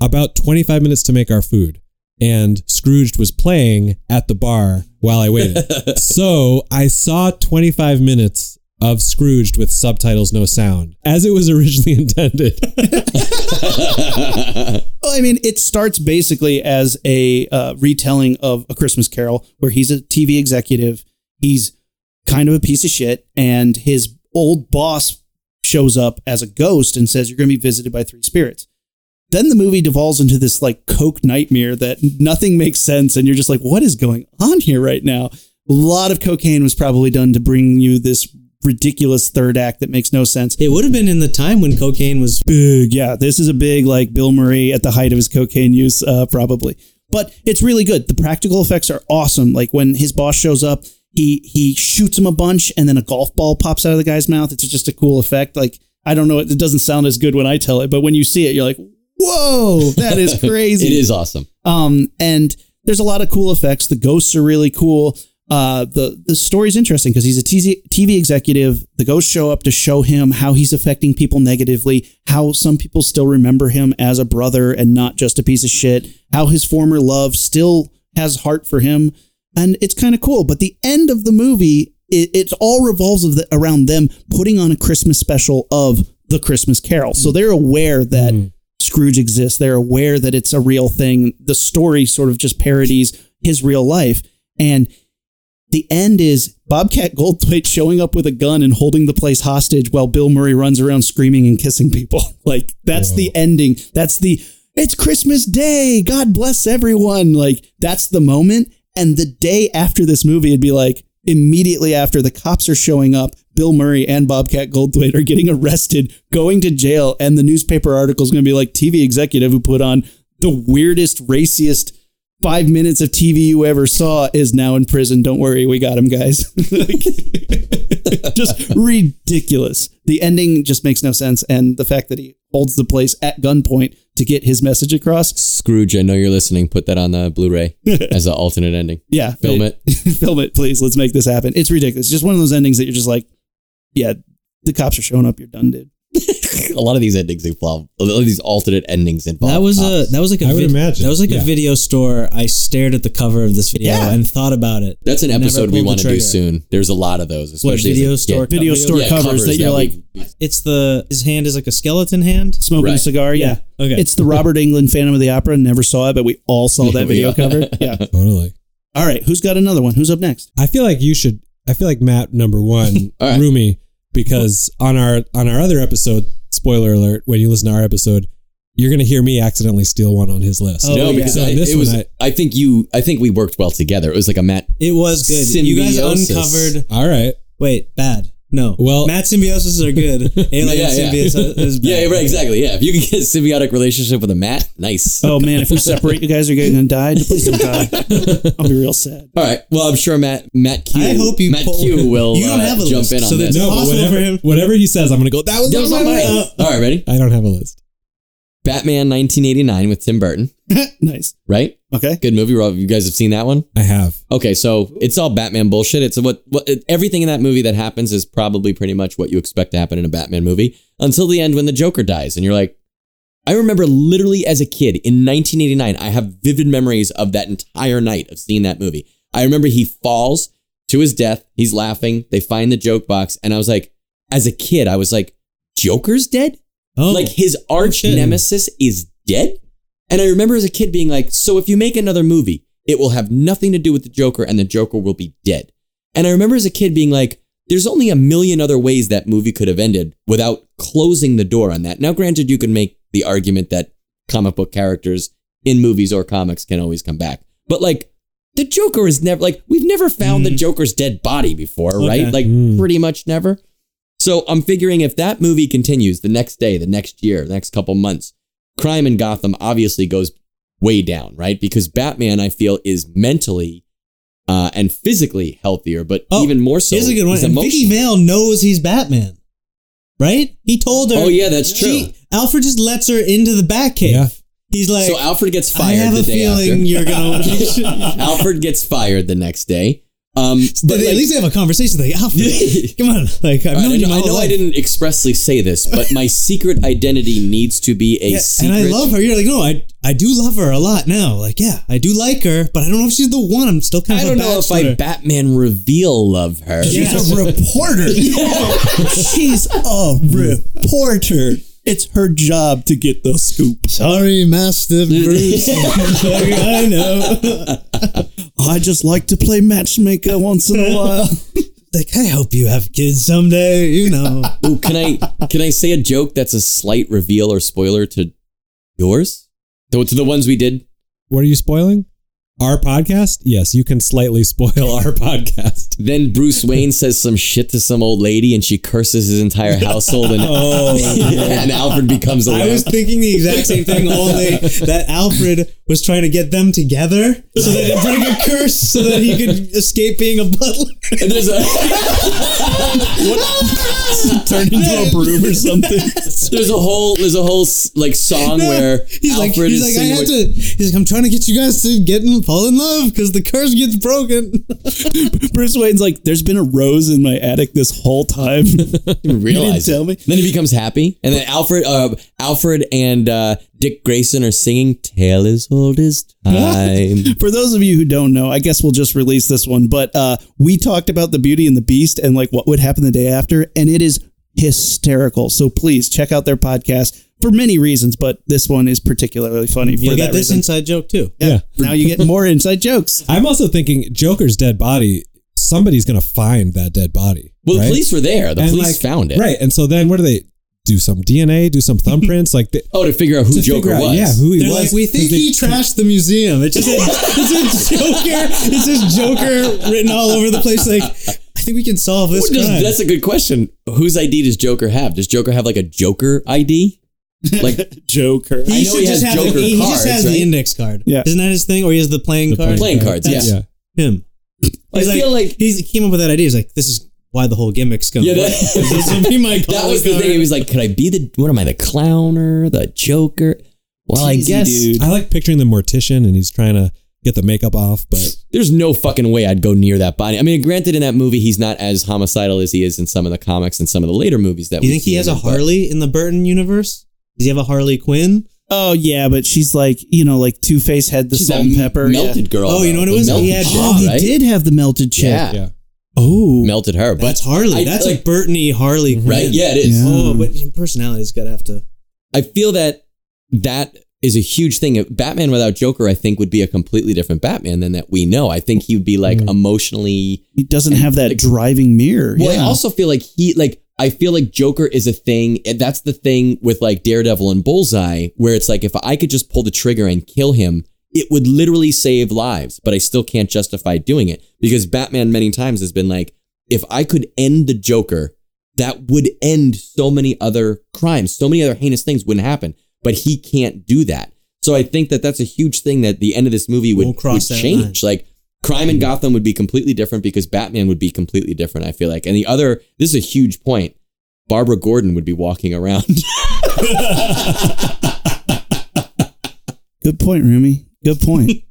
S5: about 25 minutes to make our food. And Scrooge was playing at the bar while I waited. so I saw 25 minutes of Scrooged with subtitles, no sound, as it was originally intended.
S2: Well, I mean, it starts basically as a uh, retelling of A Christmas Carol, where he's a TV executive. He's kind of a piece of shit, and his old boss shows up as a ghost and says, "You're going to be visited by three spirits." Then the movie devolves into this like coke nightmare that nothing makes sense, and you're just like, "What is going on here right now?" A lot of cocaine was probably done to bring you this ridiculous third act that makes no sense.
S4: It would have been in the time when cocaine was
S2: big. Yeah, this is a big like Bill Murray at the height of his cocaine use, uh, probably. But it's really good. The practical effects are awesome. Like when his boss shows up, he he shoots him a bunch, and then a golf ball pops out of the guy's mouth. It's just a cool effect. Like I don't know, it it doesn't sound as good when I tell it, but when you see it, you're like, whoa, that is crazy.
S3: it is awesome.
S2: Um, and there's a lot of cool effects. The ghosts are really cool. Uh, the the story's interesting because he's a TZ TV executive. The ghosts show up to show him how he's affecting people negatively, how some people still remember him as a brother and not just a piece of shit, how his former love still has heart for him, and it's kind of cool. But the end of the movie, it, it all revolves of the, around them putting on a Christmas special of the Christmas Carol, so they're aware that. Scrooge exists. They're aware that it's a real thing. The story sort of just parodies his real life. And the end is Bobcat Goldthwait showing up with a gun and holding the place hostage while Bill Murray runs around screaming and kissing people. Like, that's
S5: Whoa.
S2: the ending. That's the, it's Christmas Day. God bless everyone. Like, that's the moment. And the day after this movie, it'd be like, immediately after the cops are showing up, Bill Murray and Bobcat Goldthwait are getting arrested, going to jail, and the newspaper article is going to be like TV executive who put on the weirdest, raciest five minutes of TV you ever saw is now in prison. Don't worry, we got him, guys. Like, just ridiculous. The ending just makes no sense, and the fact that he holds the place at gunpoint to get his message across.
S3: Scrooge, I know you're listening. Put that on the Blu-ray as an alternate ending.
S2: Yeah,
S3: Film it.
S2: film it, please. Let's make this happen. It's ridiculous. Just one of those endings that you're just like, yeah, the cops are showing up. You're done, dude.
S3: a lot of these endings involve a lot of these alternate endings involve.
S4: That was a that was like a
S5: I would
S4: vid-
S5: imagine,
S4: that was like
S5: yeah.
S4: a video store. I stared at the cover of this video
S2: Yeah.
S4: and thought about it.
S3: that's an
S4: Never
S3: episode we
S4: pulled the
S3: want to do
S4: trigger.
S3: soon. There's a lot of those,
S4: What
S3: especially
S4: video
S3: yeah,
S4: store? co-
S2: Video store
S3: yeah,
S2: covers, that you're like
S3: we-
S4: It's the his hand is like a skeleton hand.
S2: smoking a
S3: Right.
S2: cigar. Yeah.
S4: Yeah. Okay.
S2: It's the Robert England Phantom of the Opera. Never saw it, but we all saw that
S3: We
S2: video
S3: all-
S2: cover. Yeah.
S5: totally.
S2: All right. Who's got another one? Who's up next?
S5: I feel like you should. I feel like Matt number one,
S3: All right.
S5: Rumi, because on our on our other episode, spoiler alert, when you listen to our episode, you're gonna hear me accidentally steal one on his list.
S4: Oh,
S3: no,
S4: yeah.
S3: because
S5: So
S3: I,
S5: this
S3: it was.
S5: one
S3: I think you. I think we worked well together. It was like a Matt.
S4: It was good. You guys
S3: Symbiosis.
S4: uncovered.
S5: All right.
S4: Wait, bad. No.
S5: Well-
S4: Matt symbiosis are good. Alien symbiosis is bad.
S3: yeah, right, exactly. Yeah, if you can get a symbiotic relationship with a Matt, nice.
S2: Oh man, if we separate you guys, are going to die. Please don't die. I'll be real sad.
S3: All right. Well, I'm sure Matt Matt Q.
S4: I hope you
S3: Matt
S4: pull-
S3: Q will
S4: You don't
S3: uh,
S4: have a
S3: jump
S4: list,
S3: in on
S4: so
S3: this.
S4: there's
S5: No, but
S4: Possible for
S5: whatever,
S4: him.
S5: whatever he says, I'm gonna go. That was,
S3: That was
S5: on my
S3: mine.
S5: list.
S3: All right, ready?
S5: I don't have a list.
S3: Batman 1989 with Tim Burton.
S2: Nice.
S3: Right,
S2: Okay.
S3: good movie. Rob, you guys have seen that one.
S5: I have.
S3: Okay, so it's all Batman bullshit. It's what, what it, everything in that movie that happens is probably pretty much what you expect to happen in a Batman movie until the end when the Joker dies, and you're like, I remember literally as a kid in 1989, I have vivid memories of that entire night of seeing that movie. I remember he falls to his death. He's laughing. They find the joke box, and I was like, as a kid, I was like, Joker's dead.
S4: Oh.
S3: Like his arch
S4: shit.
S3: nemesis is dead. And I remember as a kid being like, so if you make another movie, it will have nothing to do with the Joker and the Joker will be dead. And I remember as a kid being like, there's only a million other ways that movie could have ended without closing the door on that. Now, granted, you can make the argument that comic book characters in movies or comics can always come back, but like the Joker is never like we've never found the Joker's dead body before, right? Like
S4: Hmm.
S5: Mm.
S3: pretty much never. So I'm figuring if that movie continues the next day, the next year, the next couple months, crime in Gotham obviously goes way down, right? Because Batman, I feel, is mentally uh, and physically healthier, but
S4: Oh,
S3: even more so,
S4: Here's a good one.
S3: he's
S4: And Vicky
S3: emotional.
S4: Vale knows he's Batman, right? He told her.
S3: Oh yeah, that's true.
S4: She, Alfred just lets her into the Batcave.
S5: Yeah.
S4: He's like,
S3: so Alfred gets
S4: I
S3: fired
S4: have
S3: the
S4: a
S3: day
S4: feeling
S3: after.
S4: you're gonna.
S3: Alfred gets fired the next day. Um,
S4: but
S3: but
S4: at
S3: like-
S4: least they have a conversation. Like Alfred, come on. Like I've
S3: All right,
S4: known
S3: I
S4: you
S3: know,
S4: my
S3: I,
S4: whole
S3: know I
S4: life.
S3: didn't expressly say this, but my secret identity needs to be a
S4: Yeah,
S3: secret.
S4: and I love her. You're like, no, I I do love her a lot now. Like, yeah, I do like her, but I don't know if she's the one. I'm still kind
S3: I
S4: of.
S3: don't know if I Batman reveal love her.
S4: Yeah.
S2: She's a reporter. She's a reporter. It's her job to get the scoop.
S4: Sorry, Master Bruce. I know.
S2: I just like to play matchmaker once in a while.
S4: Like, I hope you have kids someday. You know.
S3: Ooh, can I can I say a joke that's a slight reveal or spoiler to yours? To, to the ones we did?
S5: What are you spoiling? Our podcast? Yes, you can slightly spoil our podcast.
S3: Then Bruce Wayne says some shit to some old lady and she curses his entire household and, and Alfred becomes
S4: Oh, I
S3: aware.
S4: was thinking the exact same thing all day. That Alfred was trying to get them together so that it bring a curse so that he could escape being a butler.
S3: and there's a
S2: Turn into a broom or something.
S3: there's a whole there's a whole s- like song where
S4: He's like,
S3: Alfred
S4: he's
S3: is
S4: like, I
S3: singing
S4: had
S3: with-
S4: to. He's like, I'm trying to get you guys to get in, fall in love because the curse gets broken.
S2: Bruce Wayne's like, there's been a rose in my attic this whole time.
S3: didn't
S2: You
S3: realize.
S2: didn't tell
S3: it.
S2: me.
S3: Then he becomes happy, and then Alfred, uh, Alfred and uh, Dick Grayson are singing "Tale as Old as Time."
S2: For those of you who don't know, I guess we'll just release this one. But uh, we talked about the Beauty and the Beast and like what would happen the day after, and it is hysterical. So please check out their podcast for many reasons, but this one is particularly funny for
S4: You
S2: that
S4: got this
S2: reason.
S4: inside joke too.
S5: Yeah.
S2: now you get more inside jokes.
S5: I'm also thinking Joker's dead body, somebody's going to find that dead body.
S3: Well,
S5: right?
S3: the police were there. The
S5: And,
S3: police
S5: like,
S3: found it.
S5: Right. And so then what do they do? Some DNA, do some thumbprints? like, they,
S3: Oh, to figure out who
S5: to
S3: Joker
S5: figure out,
S3: was.
S5: Yeah, who he
S4: They're
S5: was.
S4: like, we think
S5: 'Cause they-
S4: he trashed the museum. It's just a, it's a Joker. It's just Joker written all over the place. Like, I think we can solve this
S3: What does-
S4: crime.
S3: that's a good question. Whose ID does Joker have? Does Joker have like a Joker ID? Like
S2: Joker.
S3: I know he has
S4: have
S3: Joker
S4: the, He
S3: cards,
S4: just has
S3: right?
S4: the index card.
S2: Yeah.
S4: Isn't that his thing? Or he has the playing
S5: the
S4: card?
S3: playing cards,
S5: That's-
S3: yeah.
S4: Him.
S3: I
S4: He's
S3: feel like-
S4: he's, he came up with that idea. He's like, this is why the whole gimmick's coming.
S3: Yeah, that-
S4: this will be my
S3: that was the thing. He was like, "Could I be the? What am I? The clown or the Joker?" Well, I
S2: Easy,
S3: guess
S2: dude.
S5: I like picturing the mortician and he's trying to get the makeup off, but
S3: there's no fucking way I'd go near that body. I mean, granted, in that movie, he's not as homicidal as he is in some of the comics and some of the later movies that
S4: Do you
S3: we've
S4: think he
S3: seen
S4: has a
S3: him, but-
S4: Harley in the Burton universe? Does he have a Harley Quinn?
S2: Oh yeah, but she's like you know, like Two Face had the
S3: She's
S2: salt
S3: that
S2: and pepper.
S3: melted girl.
S4: Oh, you know what it
S3: though. The
S4: was? He
S3: melted
S4: had-
S3: chick,
S2: Oh, he
S3: right?
S2: did have the melted chick.
S3: Yeah.
S5: yeah.
S2: Oh,
S3: melted her. But
S4: That's Harley.
S3: I-
S4: That's a
S3: like-
S4: Burtony Harley Quinn.
S3: right, yeah, it is.
S2: Yeah.
S4: Oh, but your personality's got to have to.
S3: I feel that that is a huge thing. Batman without Joker, I think, would be a completely different Batman than that we know. I think he would be like emotionally.
S2: he doesn't have that driving mirror.
S3: Well,
S2: yeah.
S3: I also feel like he like. I feel like Joker is a thing. and That's the thing with like Daredevil and Bullseye, where it's like if I could just pull the trigger and kill him, it would literally save lives. But I still can't justify doing it because Batman many times has been like, if I could end the Joker, that would end so many other crimes, so many other heinous things wouldn't happen. But he can't do that. So I think that that's a huge thing that the end of this movie would,
S4: Won't cross
S3: would
S4: that
S3: change. Like crime in Gotham would be completely different because Batman would be completely different. I feel like, and the other this is a huge point. Barbara Gordon would be walking around.
S2: good point, Rumi. Good point.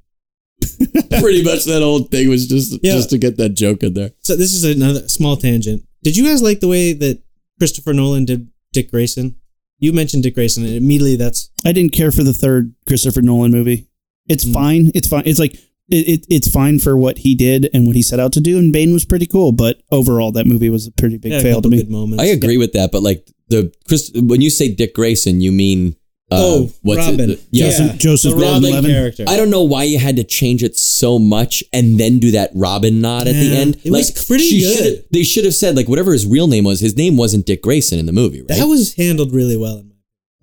S3: Pretty much that old thing was just
S4: Yeah.
S3: just to get that joke in there.
S4: So this is another small tangent. Did you guys like the way that Christopher Nolan did Dick Grayson? You mentioned Dick Grayson, and immediately that's
S2: I didn't care for the third Christopher Nolan movie.
S3: Mm.
S2: It's fine. It's fine. It's like it, it, it's fine for what he did and what he set out to do. And Bane was pretty cool, but overall, that movie was a pretty big
S4: yeah, a
S2: fail to
S4: couple
S2: me.
S4: good moments.
S3: I agree with that, but like the Chris, when you say Dick Grayson, you mean uh,
S4: Oh, Robin.
S3: It? Yeah.
S2: Joseph,
S4: Yeah.
S2: Joseph
S4: The Robin
S2: Gordon-Levitt.
S4: character.
S3: I don't know why you had to change it so much and then do that Robin nod at the
S4: Yeah.
S3: end.
S4: It was pretty
S3: she
S4: good.
S3: should've- They should have said like whatever his real name was. His name wasn't Dick Grayson in the movie, right?
S4: That was handled really well.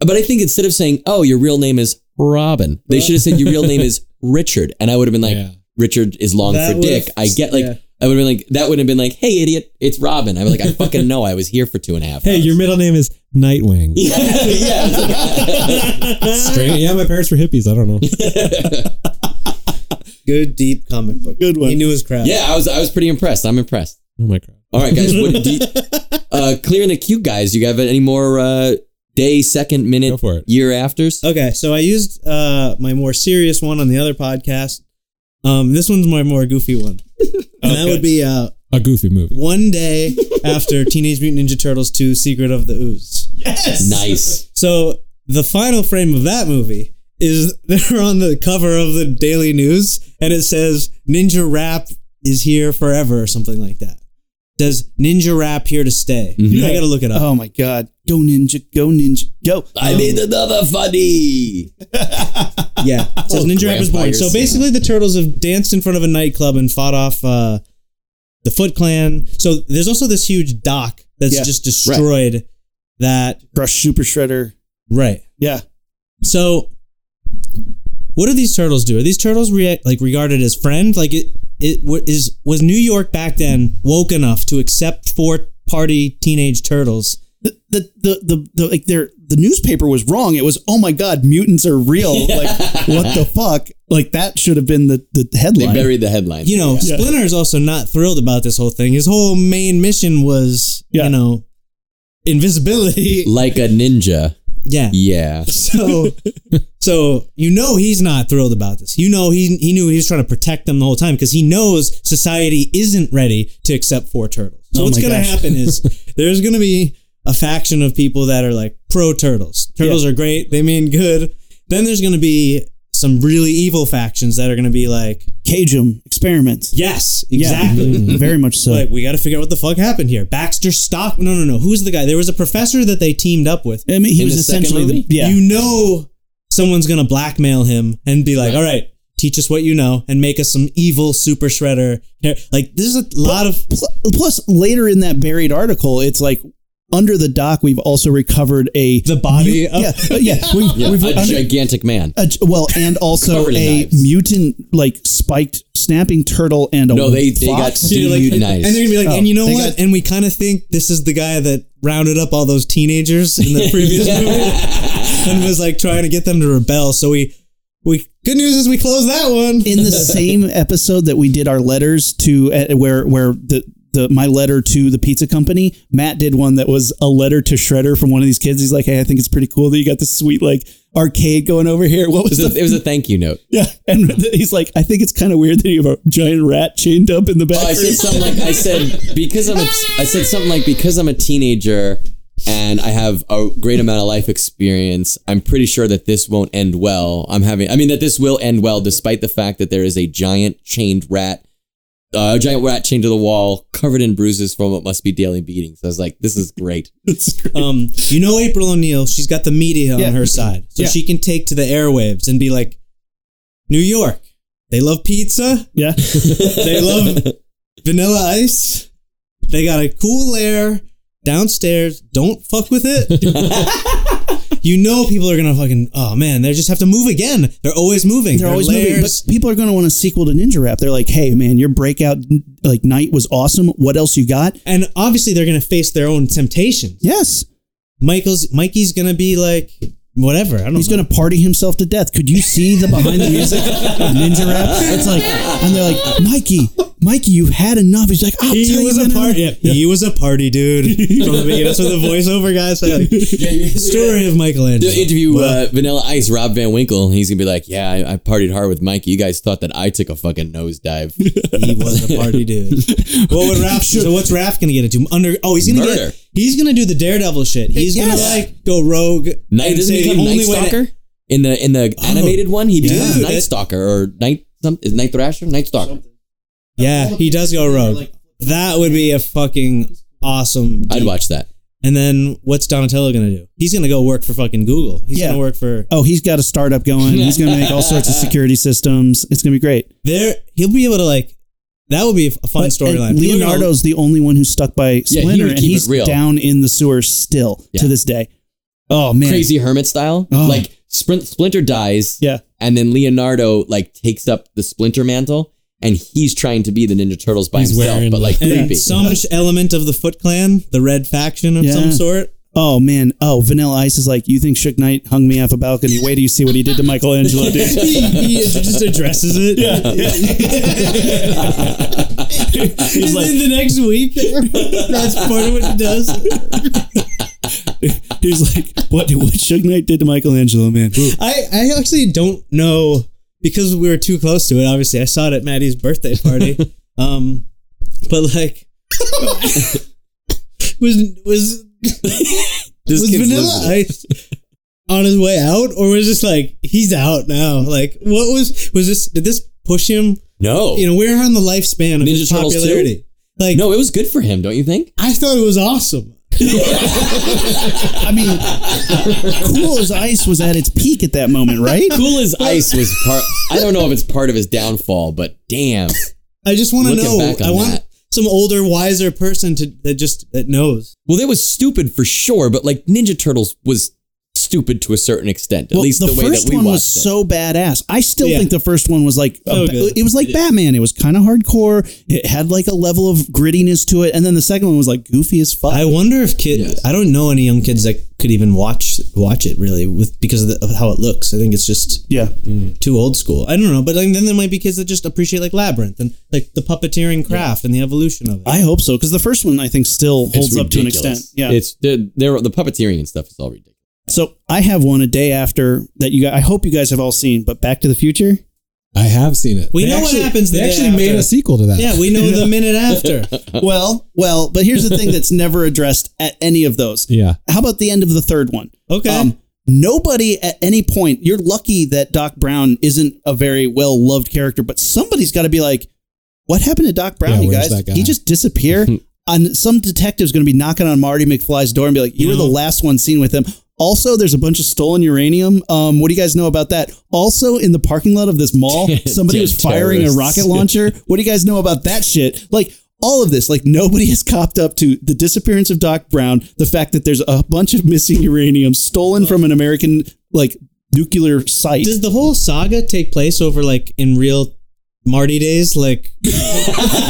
S3: but I think instead of saying, "Oh, your real name is Robin," they should have said, "Your real name is Richard," and I would have been like,
S5: Yeah.
S3: "Richard is long
S4: That
S3: for Dick."
S4: would've-
S3: I get like
S4: yeah.
S3: I would have been like that would have been like, "Hey, idiot, it's Robin." I'm like, "I fucking know. I was here for two and a half."
S5: Hey,
S3: hours."
S5: your middle name is Nightwing. Strange. Yeah, my parents were hippies. I don't know.
S4: Good deep comic book.
S2: Good one.
S4: He knew his crowd.
S3: yeah, I was I was pretty impressed. I'm impressed.
S5: Oh my god.
S3: All right, guys. What, do you, uh, clearing the queue, guys. You have any more uh, day, second, minute,
S5: Go for it.
S3: year afters?
S4: Okay, so I used uh, my more serious one on the other podcast. Um, this one's my more goofy one, and that would be uh,
S5: A goofy movie.
S4: one day after Teenage Mutant Ninja Turtles Two: Secret of the Ooze.
S3: Nice.
S4: So the final frame of that movie is they're on the cover of the Daily News, and it says "Ninja Rap is here forever" or something like that. It says "Ninja Rap here to stay." I gotta look it up.
S2: Oh my God. Go ninja. Go ninja. Go.
S3: I need another funny.
S4: Yeah, it says
S3: Oh,
S4: Ninja Rap is born.
S3: Grandpa,
S4: So
S3: you're
S4: basically, the turtles have danced in front of a nightclub and fought off uh, the Foot Clan. So there's also this huge dock that's
S2: Yeah.
S4: just destroyed. That
S2: Brush Super Shredder.
S4: right.
S2: Yeah.
S4: So what do these turtles do? Are these turtles rea- like regarded as friend? Like it it wa- is was New York back then woke enough to accept four party teenage turtles?
S2: The, the, the, the, the like their the newspaper was wrong. It was, oh my God, mutants are real. Like, what the fuck? Like, that should have been the, the
S3: They
S2: headline.
S3: buried the headline.
S4: you know,
S2: Yeah.
S4: Splinter is also not thrilled about this whole thing. His whole main mission was,
S2: Yeah.
S4: you know, invisibility.
S3: like a ninja.
S4: Yeah.
S3: Yeah.
S4: So, so you know he's not thrilled about this. You know he he knew he was trying to protect them the whole time because he knows society isn't ready to accept four turtles. So
S2: Oh
S4: what's
S2: my
S4: going to
S2: gosh.
S4: happen is there's going to be a faction of people that are like pro turtles. Turtles are great. They mean good. Then there's going to be some really evil factions that are going to be like,
S2: Cage 'em. Experiments.
S4: yes,
S2: Yeah. mm,
S4: exactly.
S2: Very much so.
S4: like we got to figure out what the fuck happened here. Baxter Stock? No, no, no. Who's the guy? There was a professor that they teamed up with.
S2: I mean, he
S3: In
S2: was
S3: the second
S2: essentially the,
S3: movie?
S2: yeah.
S4: You know, someone's gonna blackmail him and be like, "All right, teach us what you know and make us some evil super shredder." Like this is a lot of
S2: Pl- Plus, later in that buried article, it's like under the dock. We've also recovered a
S4: the body. of,
S2: yeah, uh, yeah. We've,
S3: Yeah,
S2: we've
S3: a
S2: under-
S3: gigantic man.
S2: a- well, and also
S3: Covered in
S2: a
S3: knives.
S2: mutant like spiked snapping turtle and a
S3: No, they- they
S2: fox.
S3: got-
S4: Dude, like, and
S3: Demutinized.
S4: they're gonna be like,
S2: Oh,
S4: and you know
S2: they
S4: what?
S2: got-
S4: and we kind of think this is the guy that rounded up all those teenagers in the previous movie and was like trying to get them to rebel. So we, we good news is we closed that one.
S2: in the same episode that we did our letters to uh, where where the. The, my letter to the pizza company. Matt did one that was a letter to Shredder from one of these kids. He's like, "Hey, I think it's pretty cool that you got this sweet like arcade going over here." What was
S3: It was,
S2: the
S3: a, it was a thank you note.
S2: Yeah, and th- he's like, I think it's kind of weird that you have a giant rat chained up in the back.
S3: Oh, I said something like I said because I'm a, I said something like because I'm a teenager and I have a great amount of life experience. I'm pretty sure that this won't end well. I'm having I mean that this will end well despite the fact that there is a giant chained rat uh, a giant rat chained to the wall, covered in bruises from what must be daily beatings. I was like, "This is great."
S4: Um, you know April O'Neil, she's got the media
S2: Yeah.
S4: on her side. So
S2: Yeah.
S4: she can take to the airwaves and be like, New York, they love pizza,
S2: yeah,
S4: they love vanilla ice, they got a cool air downstairs. Don't fuck with it. you know people are gonna fucking oh man, they just have to move again. They're always moving.
S2: they're
S4: Their
S2: always moving. But
S4: layers-
S2: people are going to want a sequel to Ninja Rap. They're like, hey man, your breakout n- like night was awesome. What else you got?
S4: and obviously they're gonna face their own temptations.
S2: Yes,
S4: Michael's Mikey's gonna be like whatever. I don't
S2: he's
S4: know.
S2: going to party himself to death. Could you see the behind the music of Ninja Rap? It's like, and they're like, Mikey, Mikey, you've had enough. He's like, I'll tell
S4: he
S2: you
S4: was a
S2: when I'm-
S4: party. He was a party dude from the beginning. That's what the voiceover guy said. Story of Michelangelo.
S3: They'll interview uh, Vanilla Ice, Rob Van Winkle, and he's gonna be like, "Yeah, I, I partied hard with Mikey. You guys thought that I took a fucking nosedive."
S4: He was a party dude. what would Raph? So what's Raph gonna get into? Under? Oh, he's gonna
S3: Murder.
S4: get. He's gonna do the daredevil shit. He's
S2: Yes.
S4: gonna like go rogue.
S3: Night doesn't he
S4: say the
S3: become Night
S4: only way to-
S3: Stalker in the in the animated one. He becomes
S4: Dude,
S3: Night
S4: that-
S3: Stalker or Night some is Night Thrasher, Night Stalker.
S4: yeah, he does go rogue. That would be a fucking awesome.
S3: I'd watch that.
S4: And then what's Donatello gonna do? He's gonna go work for fucking Google. He's
S2: Yeah.
S4: gonna work for
S2: Oh, he's got a startup going. He's going to make all sorts of security systems. It's going to be great.
S4: there. He'll be able to like. That would be a
S2: But-
S4: fun
S2: and
S4: storyline. People are gonna-
S2: Leonardo's the only one who's stuck by
S3: he
S2: Splinter,
S3: would
S2: and
S3: keep it
S2: he's
S3: real.
S2: down in the sewer still
S3: Yeah.
S2: to this day. Oh man,
S3: Crazy hermit style.
S2: Oh.
S3: Like Sprint, Splinter dies,
S2: Yeah,
S3: and then Leonardo like takes up the Splinter mantle, and he's trying to be the Ninja Turtles by
S5: He's
S3: himself,
S5: wearing
S3: but like
S5: the-
S4: and
S3: creepy.
S4: some element of the Foot Clan, the Red faction of
S2: Yeah.
S4: some sort.
S2: Oh man! Oh, Vanilla Ice is like, you think Shook Knight hung me off a balcony? Wait till you see what he did to Michelangelo, dude.
S4: he, he just addresses it.
S2: He's
S4: and
S2: like,
S4: then the next week, that's part of what he does.
S2: he's like, what what Shook Knight did to Michelangelo, man? Ooh.
S4: I, I actually don't know because we were too close to it. Obviously, I saw it at Maddie's birthday party. um, but like, was was
S3: This
S4: was
S3: kid's
S4: Vanilla
S3: losing it.
S4: Ice on his way out, or was this like he's out now? Like, what was was this? Did this push him?
S3: No,
S4: You know, we're on the lifespan of
S3: Ninja
S4: his
S3: Turtles two?
S4: popularity. Like,
S3: no, it was good for him, don't you think?
S4: I thought it was awesome.
S2: I mean, Cool as Ice was at its peak at that moment, right?
S3: Cool as Ice was part. I don't know if it's part of his downfall, but damn,
S4: I just want to
S3: Looking
S4: know.
S3: back on
S4: I want
S3: that.
S4: some older, wiser person to that just that knows.
S3: Well, that was stupid for sure, but like Ninja Turtles was stupid to a certain extent. At
S2: Well,
S3: least the, way
S2: first
S3: that we
S2: one
S3: watched
S2: was
S3: it.
S2: so badass. I still
S4: Yeah.
S2: think the first one was like a
S4: So
S2: ba-
S4: good.
S2: it was like Batman. It was kind of hardcore. It had like a level of grittiness to it, and then the second one was like goofy as fuck.
S4: I wonder if kids.
S3: Yes.
S4: I don't know any young kids that could even watch watch it really with because of, the, of how it looks. I think it's just
S2: yeah,
S4: too old school. I don't know, but like, then there might be kids that just appreciate like Labyrinth and like the puppeteering craft and the evolution of it.
S2: I hope so because the first one I think still
S3: It's
S2: holds up to an
S3: ridiculous.
S2: extent. Yeah,
S3: it's the they're- the puppeteering and stuff is all ridiculous.
S2: So I have one a day after that you guys, I hope you guys have all seen, but Back to the Future.
S5: I have seen it.
S4: We know what happens the
S5: They
S4: day
S5: actually
S4: after.
S5: made a sequel to that.
S4: yeah, we know the minute after.
S2: Well, well, but here's the thing that's never addressed at any of those.
S5: Yeah.
S2: How about the end of the third one? Um,
S4: Okay.
S2: nobody at any point, you're lucky that Doc Brown isn't a very well loved character, but somebody's got to be like, what happened to Doc Brown,
S5: Yeah,
S2: you
S5: where's
S2: guys?
S5: that guy?"
S2: He just disappeared. and some detective's going to be knocking on Marty McFly's door and be like, you,
S4: You
S2: were the
S4: know-
S2: last one seen with him. Also, there's a bunch of stolen uranium. Um, what do you guys know about that? Also, in the parking lot of this mall, somebody was firing a
S3: Terrorists.
S2: rocket launcher. what do you guys know about that shit? Like all of this, like nobody has copped up to the disappearance of Doc Brown, the fact that there's a bunch of missing uranium stolen from an American like nuclear site.
S4: Does the whole saga take place over like in real Marty days? Like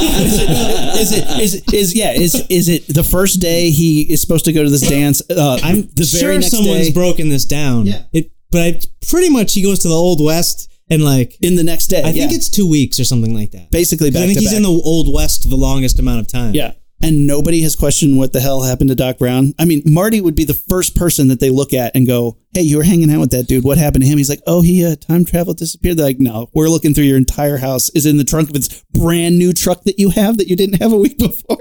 S2: is it is it- is yeah is is it the first day he is supposed to go to this dance? Uh, I'm the very
S4: sure
S2: next
S4: someone's
S2: day.
S4: broken this down.
S2: Yeah.
S4: It, but I pretty much he goes to the old west and like
S2: in the next day,
S4: I think
S2: yeah.
S4: it's two weeks or something like that.
S2: basically back
S4: I think
S2: to
S4: he's
S2: back.
S4: in the old west the longest amount of time.
S2: Yeah. And nobody has questioned what the hell happened to Doc Brown. I mean, Marty would be the first person that they look at and go, Hey, you were hanging out with that dude. What happened to him? He's like, Oh, he uh, time traveled, disappeared. They're like, No, we're looking through your entire house. Is it in the trunk of this brand new truck that you have that you didn't have a week before.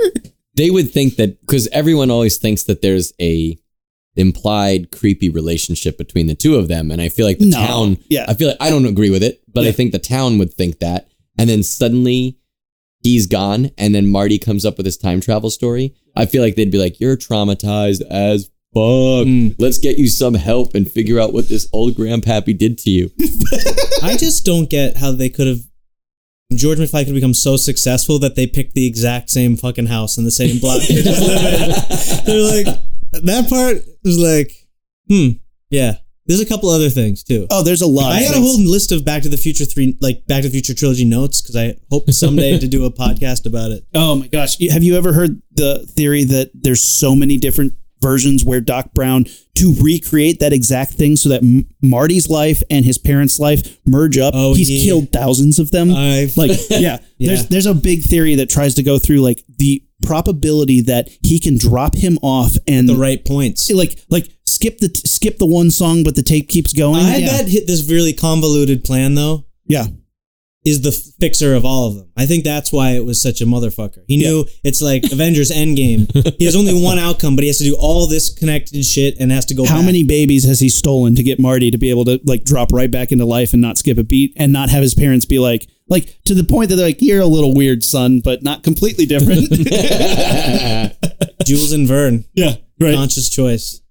S3: They would think that because everyone always thinks that there's a implied creepy relationship between the two of them, and I feel like the
S2: No.
S3: town.
S2: Yeah.
S3: I feel like I don't agree with it, but I
S2: Yeah.
S3: think the town would think that, and then suddenly. He's gone, and then Marty comes up with his time travel story. I feel like they'd be like, "You're traumatized as fuck. Let's get you some help and figure out what this old grandpappy did to you."
S4: I just don't get how they could have George McFly could have become so successful that they picked the exact same fucking house in the same block. they just live in. They're like that part is like, hmm, yeah. There's a couple other things too.
S2: Oh, there's a lot.
S4: I
S2: of
S4: got a
S2: things.
S4: whole list of Back to the Future three, like Back to the Future trilogy notes, because I hope someday to do a podcast about it.
S2: Oh my gosh. You- Have you ever heard the theory that there's so many different versions where Doc Brown to recreate that exact thing so that M- Marty's life and his parents' life merge up?
S4: Oh,
S2: He's
S4: yeah. Uh,
S2: killed thousands of them.
S4: I've-
S2: like yeah, There's there's a big theory that tries to go through like the probability that he can drop him off and
S4: The right points.
S2: like like skip the skip the one song but the tape keeps going.
S4: I
S2: yeah.
S4: bet hit this really convoluted plan though
S2: yeah.
S4: is the f- fixer of all of them. I think that's why it was such a motherfucker. He knew it's like Avengers Endgame. He has only one outcome, but he has to do all this connected shit and has to go.
S2: How
S4: back.
S2: many babies has he stolen to get Marty to be able to like drop right back into life and not skip a beat and not have his parents be like like to the point that they're like you're a little weird son but not completely different.
S4: Jules and Vern?
S2: yeah. Right.
S4: Conscious choice.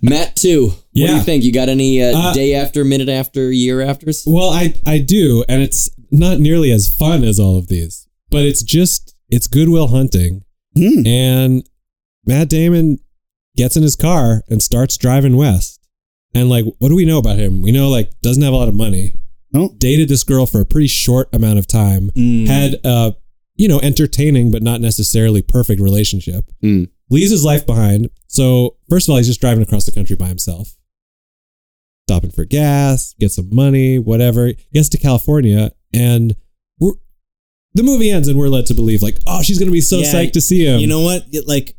S3: Matt too. What do you
S5: Yeah.
S3: think? You got any uh,
S5: Uh,
S3: day after, minute after, year afters?
S5: Well, I I do, and it's not nearly as fun as all of these, but it's just it's Goodwill Hunting,
S2: Hmm.
S5: and Matt Damon gets in his car and starts driving west. And like, what do we know about him? We know like doesn't have a lot of money.
S2: No.
S5: Dated this girl for a pretty short amount of time.
S4: Mm.
S5: Had a you know entertaining but not necessarily perfect relationship.
S3: Mm.
S5: Leaves his life behind. So first of all, he's just driving across the country by himself stopping for gas, get some money, whatever. Gets to California, and we're, the movie ends, and we're led to believe like, oh, she's gonna be so
S4: Yeah,
S5: psyched to see him.
S4: you know what? It, like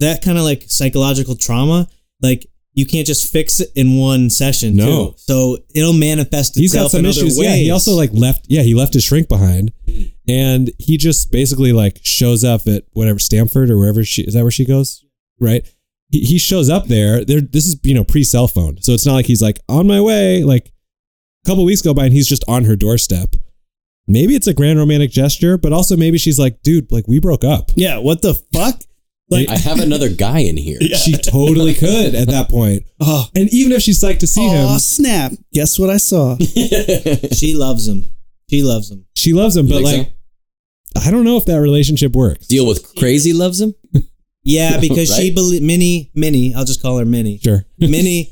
S4: that kind of like psychological trauma, like you can't just fix it in one session.
S5: No.
S4: too. So it'll manifest
S5: he's
S4: itself
S5: got some
S4: in other
S5: issues.
S4: ways.
S5: Yeah, he also like left. Yeah, he left his shrink behind, and he just basically like shows up at whatever Stanford or wherever she is. That where she goes, right? He, he shows up there. There, this is you know pre cell phone, so it's not like he's like on my way. Like a couple weeks go by, and he's just on her doorstep. Maybe it's a grand romantic gesture, but also maybe she's like, dude, like we broke up.
S2: Yeah, what the fuck? Like,
S3: I have another guy in here.
S5: She totally could at that point.
S2: oh,
S5: And even if she's like to see
S2: aw,
S5: him,
S2: snap. Guess what I saw?
S4: she loves him. She loves him.
S5: she loves him, but
S3: think
S5: like, I don't know if that relationship works.
S3: Deal with crazy loves him.
S4: Yeah, because she
S3: Right.
S4: believe Minnie. Minnie. I'll just call her Minnie.
S5: Sure.
S4: Minnie.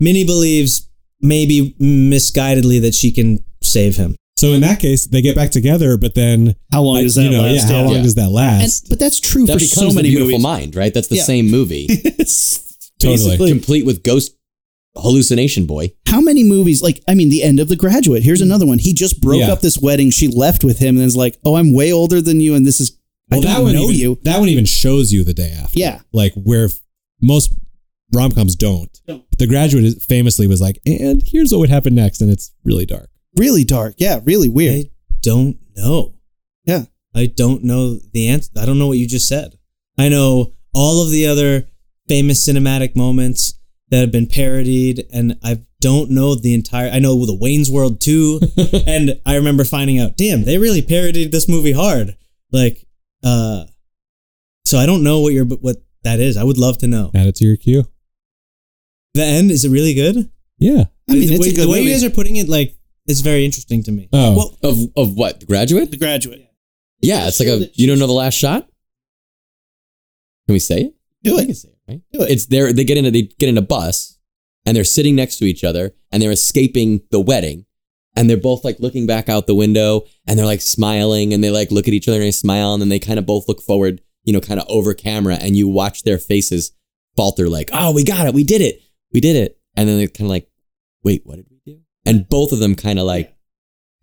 S4: Minnie believes maybe misguidedly that she can save him.
S5: So in that case, they get back together, but then
S2: How long does that
S5: you know,
S2: last?
S5: yeah, how long
S3: Yeah.
S5: does that
S2: And,
S5: last?
S2: but that's true
S3: That
S2: for
S3: becomes
S2: so
S3: the
S2: many
S3: beautiful
S2: movies.
S3: mind, right? That's the
S2: Yeah.
S3: same movie,
S2: It's
S5: Totally.
S2: basically-
S3: complete with ghost hallucination boy.
S2: how many movies like i mean the end of the graduate here's another one he just broke
S5: Mm. Yeah.
S2: up this wedding she left with him and is like oh i'm way older than you and this is i don't
S5: one
S2: know
S5: even,
S2: you
S5: That one even shows you the day after.
S2: yeah
S5: Like where f- most rom coms don't.
S2: Don't.
S5: The graduate is- famously was like, and here's what would happen next, and it's really dark.
S2: really dark yeah really weird
S4: I don't know.
S2: Yeah.
S4: I don't know the answer. I don't know what you just said. I know all of the other famous cinematic moments that have been parodied, and I don't know the entire. I know the Wayne's World too, and I remember finding out, damn, they really parodied this movie hard. Like, uh, so I don't know what your what that is. I would love to know.
S5: Add it to your queue.
S4: The end is it really good?
S5: Yeah.
S2: i mean
S4: the
S2: it's
S4: way,
S2: a good
S4: the way
S2: movie
S4: you guys are putting it, like, it's very interesting to me.
S5: Oh,
S2: Well-
S3: Of of what? The graduate?
S2: the graduate
S3: Yeah, it's like a you don't know the last shot? Can we say it?
S2: do
S3: I can
S2: it
S3: say it, right?
S2: Do it.
S3: It's there they get in a they get in a bus and they're sitting next to each other and they're escaping the wedding. And they're both like looking back out the window and they're like smiling and they like look at each other and they smile and then they kind of both look forward, you know, kind of over camera and you watch their faces falter like, oh, we got it. We did it. We did it. And then they're kind of like, wait, what did we do? And both of them kind of like,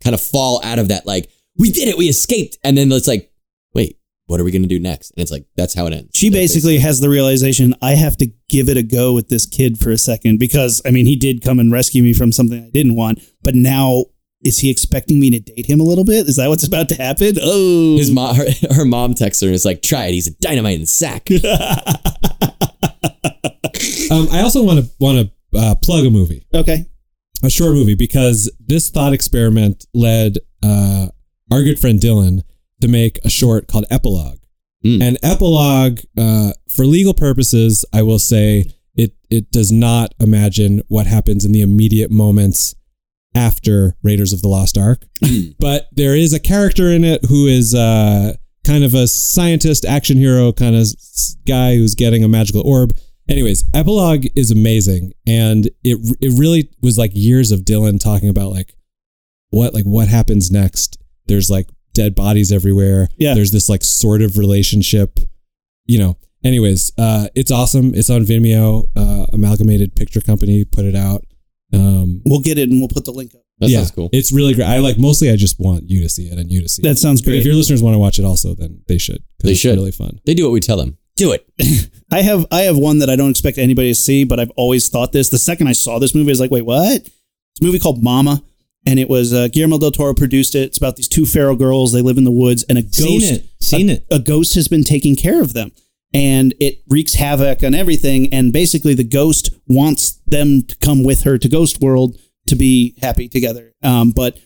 S3: kind of fall out of that, like, we did it. We escaped. And then it's like, wait, what are we going to do next? And it's like, that's how it ends.
S2: she
S3: Their
S2: basically has the realization i have to give it a go with this kid for a second because i mean he did come and rescue me from something i didn't want but now is he expecting me to date him a little bit is that what's about to happen oh
S3: His mom, her, her mom texts her and is like, "Try it. He's a dynamite in a sack."
S5: um, I also want to want to uh, plug a movie.
S2: okay
S5: a short movie because this thought experiment led uh, our good friend Dylan to make a short called Epilogue.
S2: Hmm.
S3: Mm.
S5: And Epilogue, uh, for legal purposes, I will say it it does not imagine what happens in the immediate moments after Raiders of the Lost Ark. but there is a character in it who is uh, kind of a scientist, action hero kind of s- guy who's getting a magical orb. Anyways, Epilogue is amazing, and it it really was like years of Dylan talking about like what like what happens next. There's like dead bodies everywhere.
S2: Yeah.
S5: There's this like sort of relationship, you know. Anyways, uh, it's awesome. It's on Vimeo. Uh, Amalgamated Picture Company put it out. Um,
S2: we'll get it and we'll put the link up
S3: That
S5: yeah,
S3: sounds cool.
S5: It's really great. I like mostly. I just want you to see it and you to see
S2: that
S5: it.
S2: sounds
S5: But
S2: great
S5: if your listeners want to watch it, also, then they should. 'cause
S3: They
S5: it's
S3: should.
S5: Really fun.
S3: they do what we tell them. Do it.
S2: I have I have one that I don't expect anybody to see, but I've always thought this. The second I saw this movie, I was like, wait, what? It's a movie called Mama, and it was uh, Guillermo del Toro produced it. It's about these two feral girls. They live in the woods, and a ghost
S4: Seen it. Seen
S2: a,
S4: it.
S2: a ghost has been taking care of them, and it wreaks havoc on everything. And basically, the ghost wants them to come with her to Ghost World to be happy together. Um, but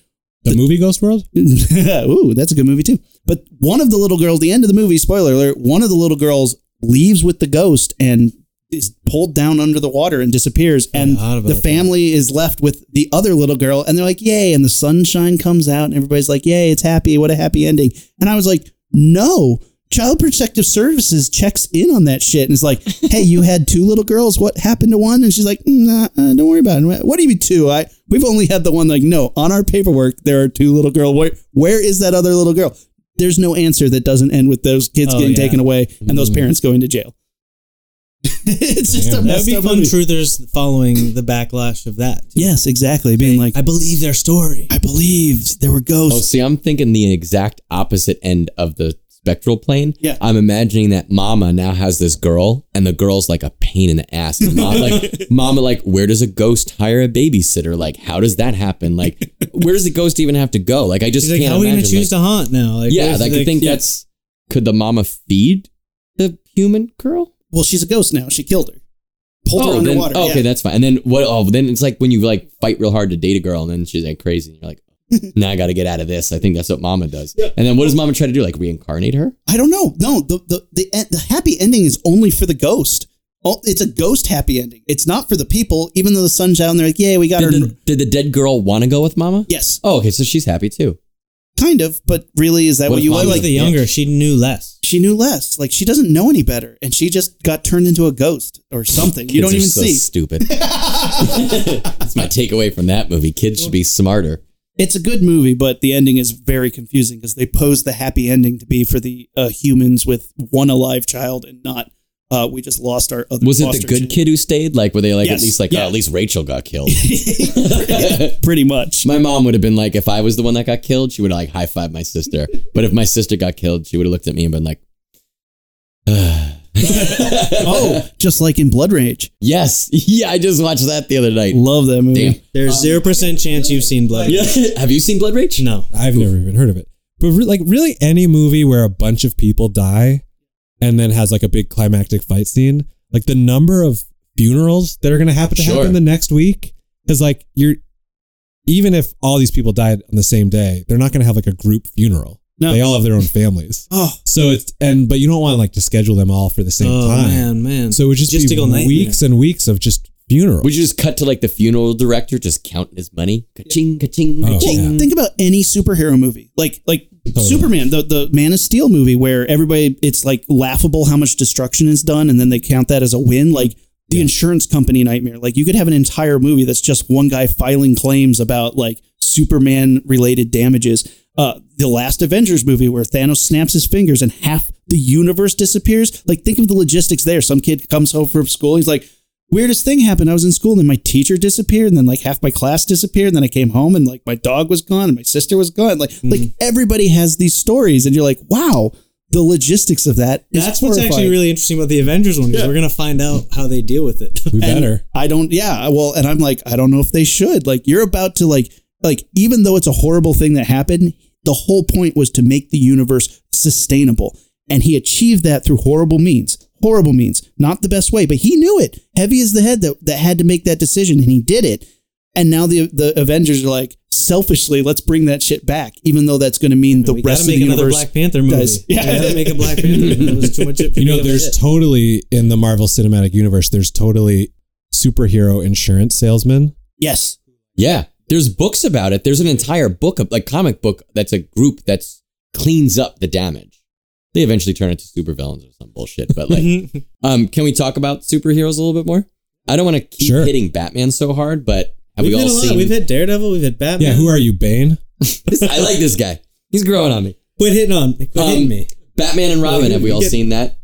S5: The, movie Ghost World.
S2: Ooh, that's a good movie too. But one of the little girls, the end of the movie, spoiler alert, one of the little girls leaves with the ghost and is pulled down under the water and disappears. And
S4: forgot about
S2: the
S4: that.
S2: family is left with the other little girl, and they're like, "Yay!" And the sunshine comes out, and everybody's like, "Yay! It's happy! What a happy ending!" And I was like, "No." Child Protective Services checks in on that shit and is like, "Hey, you had two little girls. What happened to one?" And she's like, "Nah, uh, don't worry about it. What do you mean two? I we've only had the one. Like, no, on our paperwork there are two little girl. Where where is that other little girl? There's no answer that doesn't end with those kids
S4: Oh,
S2: getting
S4: yeah. Mm-hmm.
S2: taken away and those parents going to jail. it's just a
S5: Damn,
S4: That would
S2: messed
S4: be
S2: up
S4: fun
S2: movie.
S4: truthers following the backlash of that.
S2: Yes, exactly. Being like,
S4: I believe their story.
S2: I believed there were
S3: Oh,
S2: ghosts.
S3: see, I'm thinking the exact opposite end of the spectral plane.
S2: Yeah.
S3: I'm imagining that Mama now has this girl, and the girl's like a pain in the ass. And Mom, like, Mama, like, where does a ghost hire a babysitter? Like, how does that happen? Like, where does the ghost even have to go? Like, I just
S4: She's like,
S3: can't
S4: how are we gonna
S3: imagine.
S4: choose
S3: like-
S4: to haunt now? Like,
S3: yeah,
S4: where's
S3: like,
S4: the-
S3: I think
S4: yeah.
S3: that's could the Mama feed the human girl?
S2: Well, she's a ghost now. She killed her, pulled her
S3: Oh, then,
S2: underwater.
S3: okay,
S2: yeah.
S3: that's fine. And then what? Oh, then it's like when you like fight real hard to date a girl, and then she's like crazy, and you're like, now I got to get out of this. I think that's what Mama does. And then what does Mama try to do? Like reincarnate her?
S2: I don't know. No, the the the, en- the happy ending is only for the ghost. Oh, it's a ghost happy ending. It's not for the people. Even though the sun's out, and they're like, "Yeah, we got her."
S3: Did the, did the dead girl want to go with Mama?
S2: yes,
S3: Oh, okay, so she's happy too.
S2: kind of, but really, is that
S3: What
S2: what,
S3: if
S2: you
S3: mom
S2: want?
S3: was
S2: Like,
S4: the younger. She knew less.
S2: she knew less. Like, she doesn't know any better, and she just got turned into a ghost or something. You
S3: Kids
S2: don't
S3: are
S2: even
S3: so
S2: see.
S3: Stupid. That's my takeaway from that movie. Kids should be smarter.
S2: it's a good movie, but the ending is very confusing because they pose the happy ending to be for the uh, humans with one alive child and not. Uh, we just lost our other.
S3: Was it the
S2: foster
S3: good
S2: child.
S3: kid who stayed? Like, were they like
S2: Yes,
S3: at least like
S2: yeah.
S3: oh, at least Rachel got killed?
S2: Pretty much.
S3: my mom would have been like, if I was the one that got killed, she would have like high five my sister. But if my sister got killed, she would have looked at me and been like,
S2: Oh, just like in Blood Rage.
S3: "Yes, yeah, I just watched that the other night."
S2: Love that movie.
S3: Damn.
S4: There's zero percent chance you've seen blood.
S3: have you seen Blood Rage?
S4: No.
S5: I've never even heard of it. But re- like really any movie where a bunch of people die and then has like a big climactic fight scene, like the number of funerals that are going to happen to
S3: Sure.
S5: happen the next week cuz like you're even if all these people died on the same day, they're not going to have like a group funeral.
S2: No.
S5: They all have their own families.
S2: Oh,
S5: So it's and but you don't want to like to schedule them all for the same
S4: oh
S5: time.
S4: man, man.
S5: So it would just be
S4: Logistical nightmare.
S5: weeks and weeks of just funerals.
S3: Would you just cut to like the funeral director just counting his money? Ka-ching, ka-ching,
S5: Oh,
S3: ka-ching.
S5: yeah.
S2: think about any superhero movie, like like Superman, the the Man of Steel movie, where everybody it's like laughable how much destruction is done, and then they count that as a win. Like the insurance company nightmare. Like you could have an entire movie that's just one guy filing claims about like Superman related damages. Uh, the last Avengers movie where Thanos snaps his fingers and half the universe disappears. Like think of the logistics there. Some kid comes home from school, he's like. Weirdest thing happened. I was in school and then my teacher disappeared, and then like half my class disappeared, and then I came home and like my dog was gone and my sister was gone. Like
S4: Mm-hmm.
S2: like everybody has these stories, and you're like, wow, the logistics of that. Is
S4: that's what's actually
S2: horrifying.
S4: really interesting about the Avengers one because we're gonna find out how they deal with it.
S5: we better.
S2: I don't. Yeah. Well, and I'm like, I don't know if they should. Like, you're about to like, like, even though it's a horrible thing that happened, the whole point was to make the universe sustainable, and he achieved that through horrible means. Horrible means, not the best way, but he knew it. Heavy is the head that that had to make that decision, and he did it. And now the the Avengers are like selfishly, let's bring that shit back, even though that's going to mean the
S4: we
S2: rest
S4: gotta
S2: of
S4: make
S2: the
S4: another
S2: universe.
S4: Black Panther movie.
S2: does.
S4: We
S2: Yeah.
S4: gotta make a Black Panther movie. There was too much.
S5: You know, there's totally in the Marvel Cinematic Universe, there's totally superhero insurance salesmen.
S2: yes,
S3: Yeah. There's books about it. There's an entire book of like comic book that's a group that's cleans up the damage. They eventually turn into supervillains or some bullshit. But like um can we talk about superheroes a little bit more? I don't want to keep
S5: Sure.
S3: hitting Batman so hard, but have
S4: we've
S3: we
S4: had
S3: all
S4: a lot.
S3: seen
S4: We've had Daredevil. We've had Batman.
S5: Yeah, who are you, Bane?
S3: I like this guy. He's growing on me.
S4: Quit hitting on. Quit hitting
S3: Um,
S4: me.
S3: Batman and Robin, have we all seen that?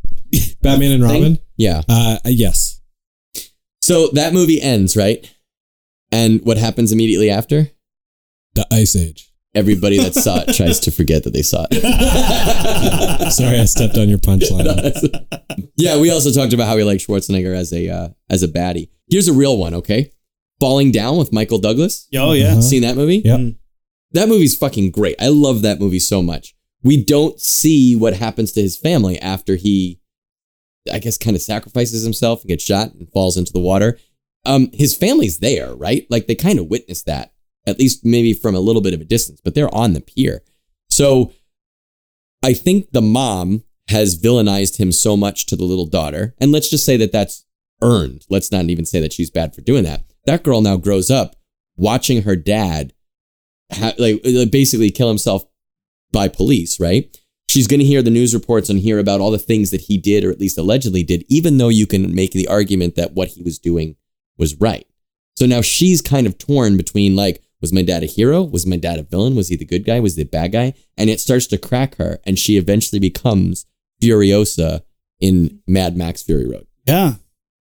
S5: Batman and Robin?
S3: Yeah.
S5: Uh, yes.
S3: So that movie ends, right? And what happens immediately after?
S5: The Ice Age.
S3: Everybody that saw it tries to forget that they saw it.
S5: Sorry, I stepped on your punchline.
S3: yeah, we also talked about how we like Schwarzenegger as a uh, as a baddie. Here's a real one, okay? Falling Down with Michael Douglas.
S2: oh yeah,
S5: Uh-huh.
S3: Seen that movie?
S5: Yep.
S4: Mm.
S3: That movie's fucking great. I love that movie so much. We don't see what happens to his family after he I guess kind of sacrifices himself and gets shot and falls into the water. Um his family's there, right? Like they kind of witness that. At least maybe from a little bit of a distance, but they're on the pier. So I think the mom has villainized him so much to the little daughter. And let's just say that that's earned. Let's not even say that she's bad for doing that. That girl now grows up watching her dad ha- like like, basically kill himself by police, right? She's going to hear the news reports and hear about all the things that he did or at least allegedly did, even though you can make the argument that what he was doing was right. So now she's kind of torn between like, was my dad a hero? Was my dad a villain? Was he the good guy? Was he the bad guy? And it starts to crack her, and she eventually becomes Furiosa in Mad Max Fury Road,
S2: Yeah.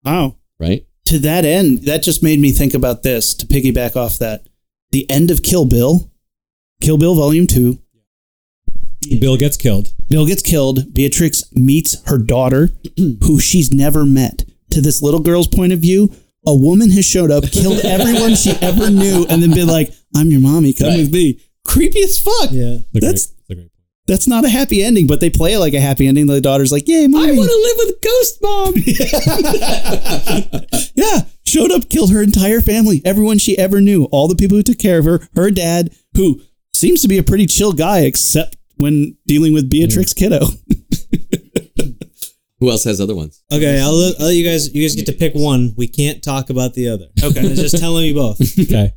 S2: Wow.
S3: right?
S2: To that end, that just made me think about this to piggyback off that. The end of Kill Bill, Kill Bill Volume 2,
S5: Bill gets killed.
S2: Bill gets killed. Beatrix meets her daughter, who she's never met. To this little girl's point of view, a woman has showed up, killed everyone she ever knew, and then been like, I'm your mommy, come with me. Creepy as fuck.
S4: Yeah.
S5: It's a great-
S2: That's-
S5: it's a great-
S2: That's not a happy ending, but they play it like a happy ending. The daughter's like, Yay, mommy.
S3: to live with Ghost Mom.
S2: Yeah, showed up, killed her entire family, everyone she ever knew, all the people who took care of her, her dad, who seems to be a pretty chill guy, except when dealing with Beatrix Kiddo.
S3: Who else has other ones?
S4: Okay, I'll let, I'll let you guys. You guys get to pick one. We can't talk about the other. Okay, just telling you both.
S5: okay.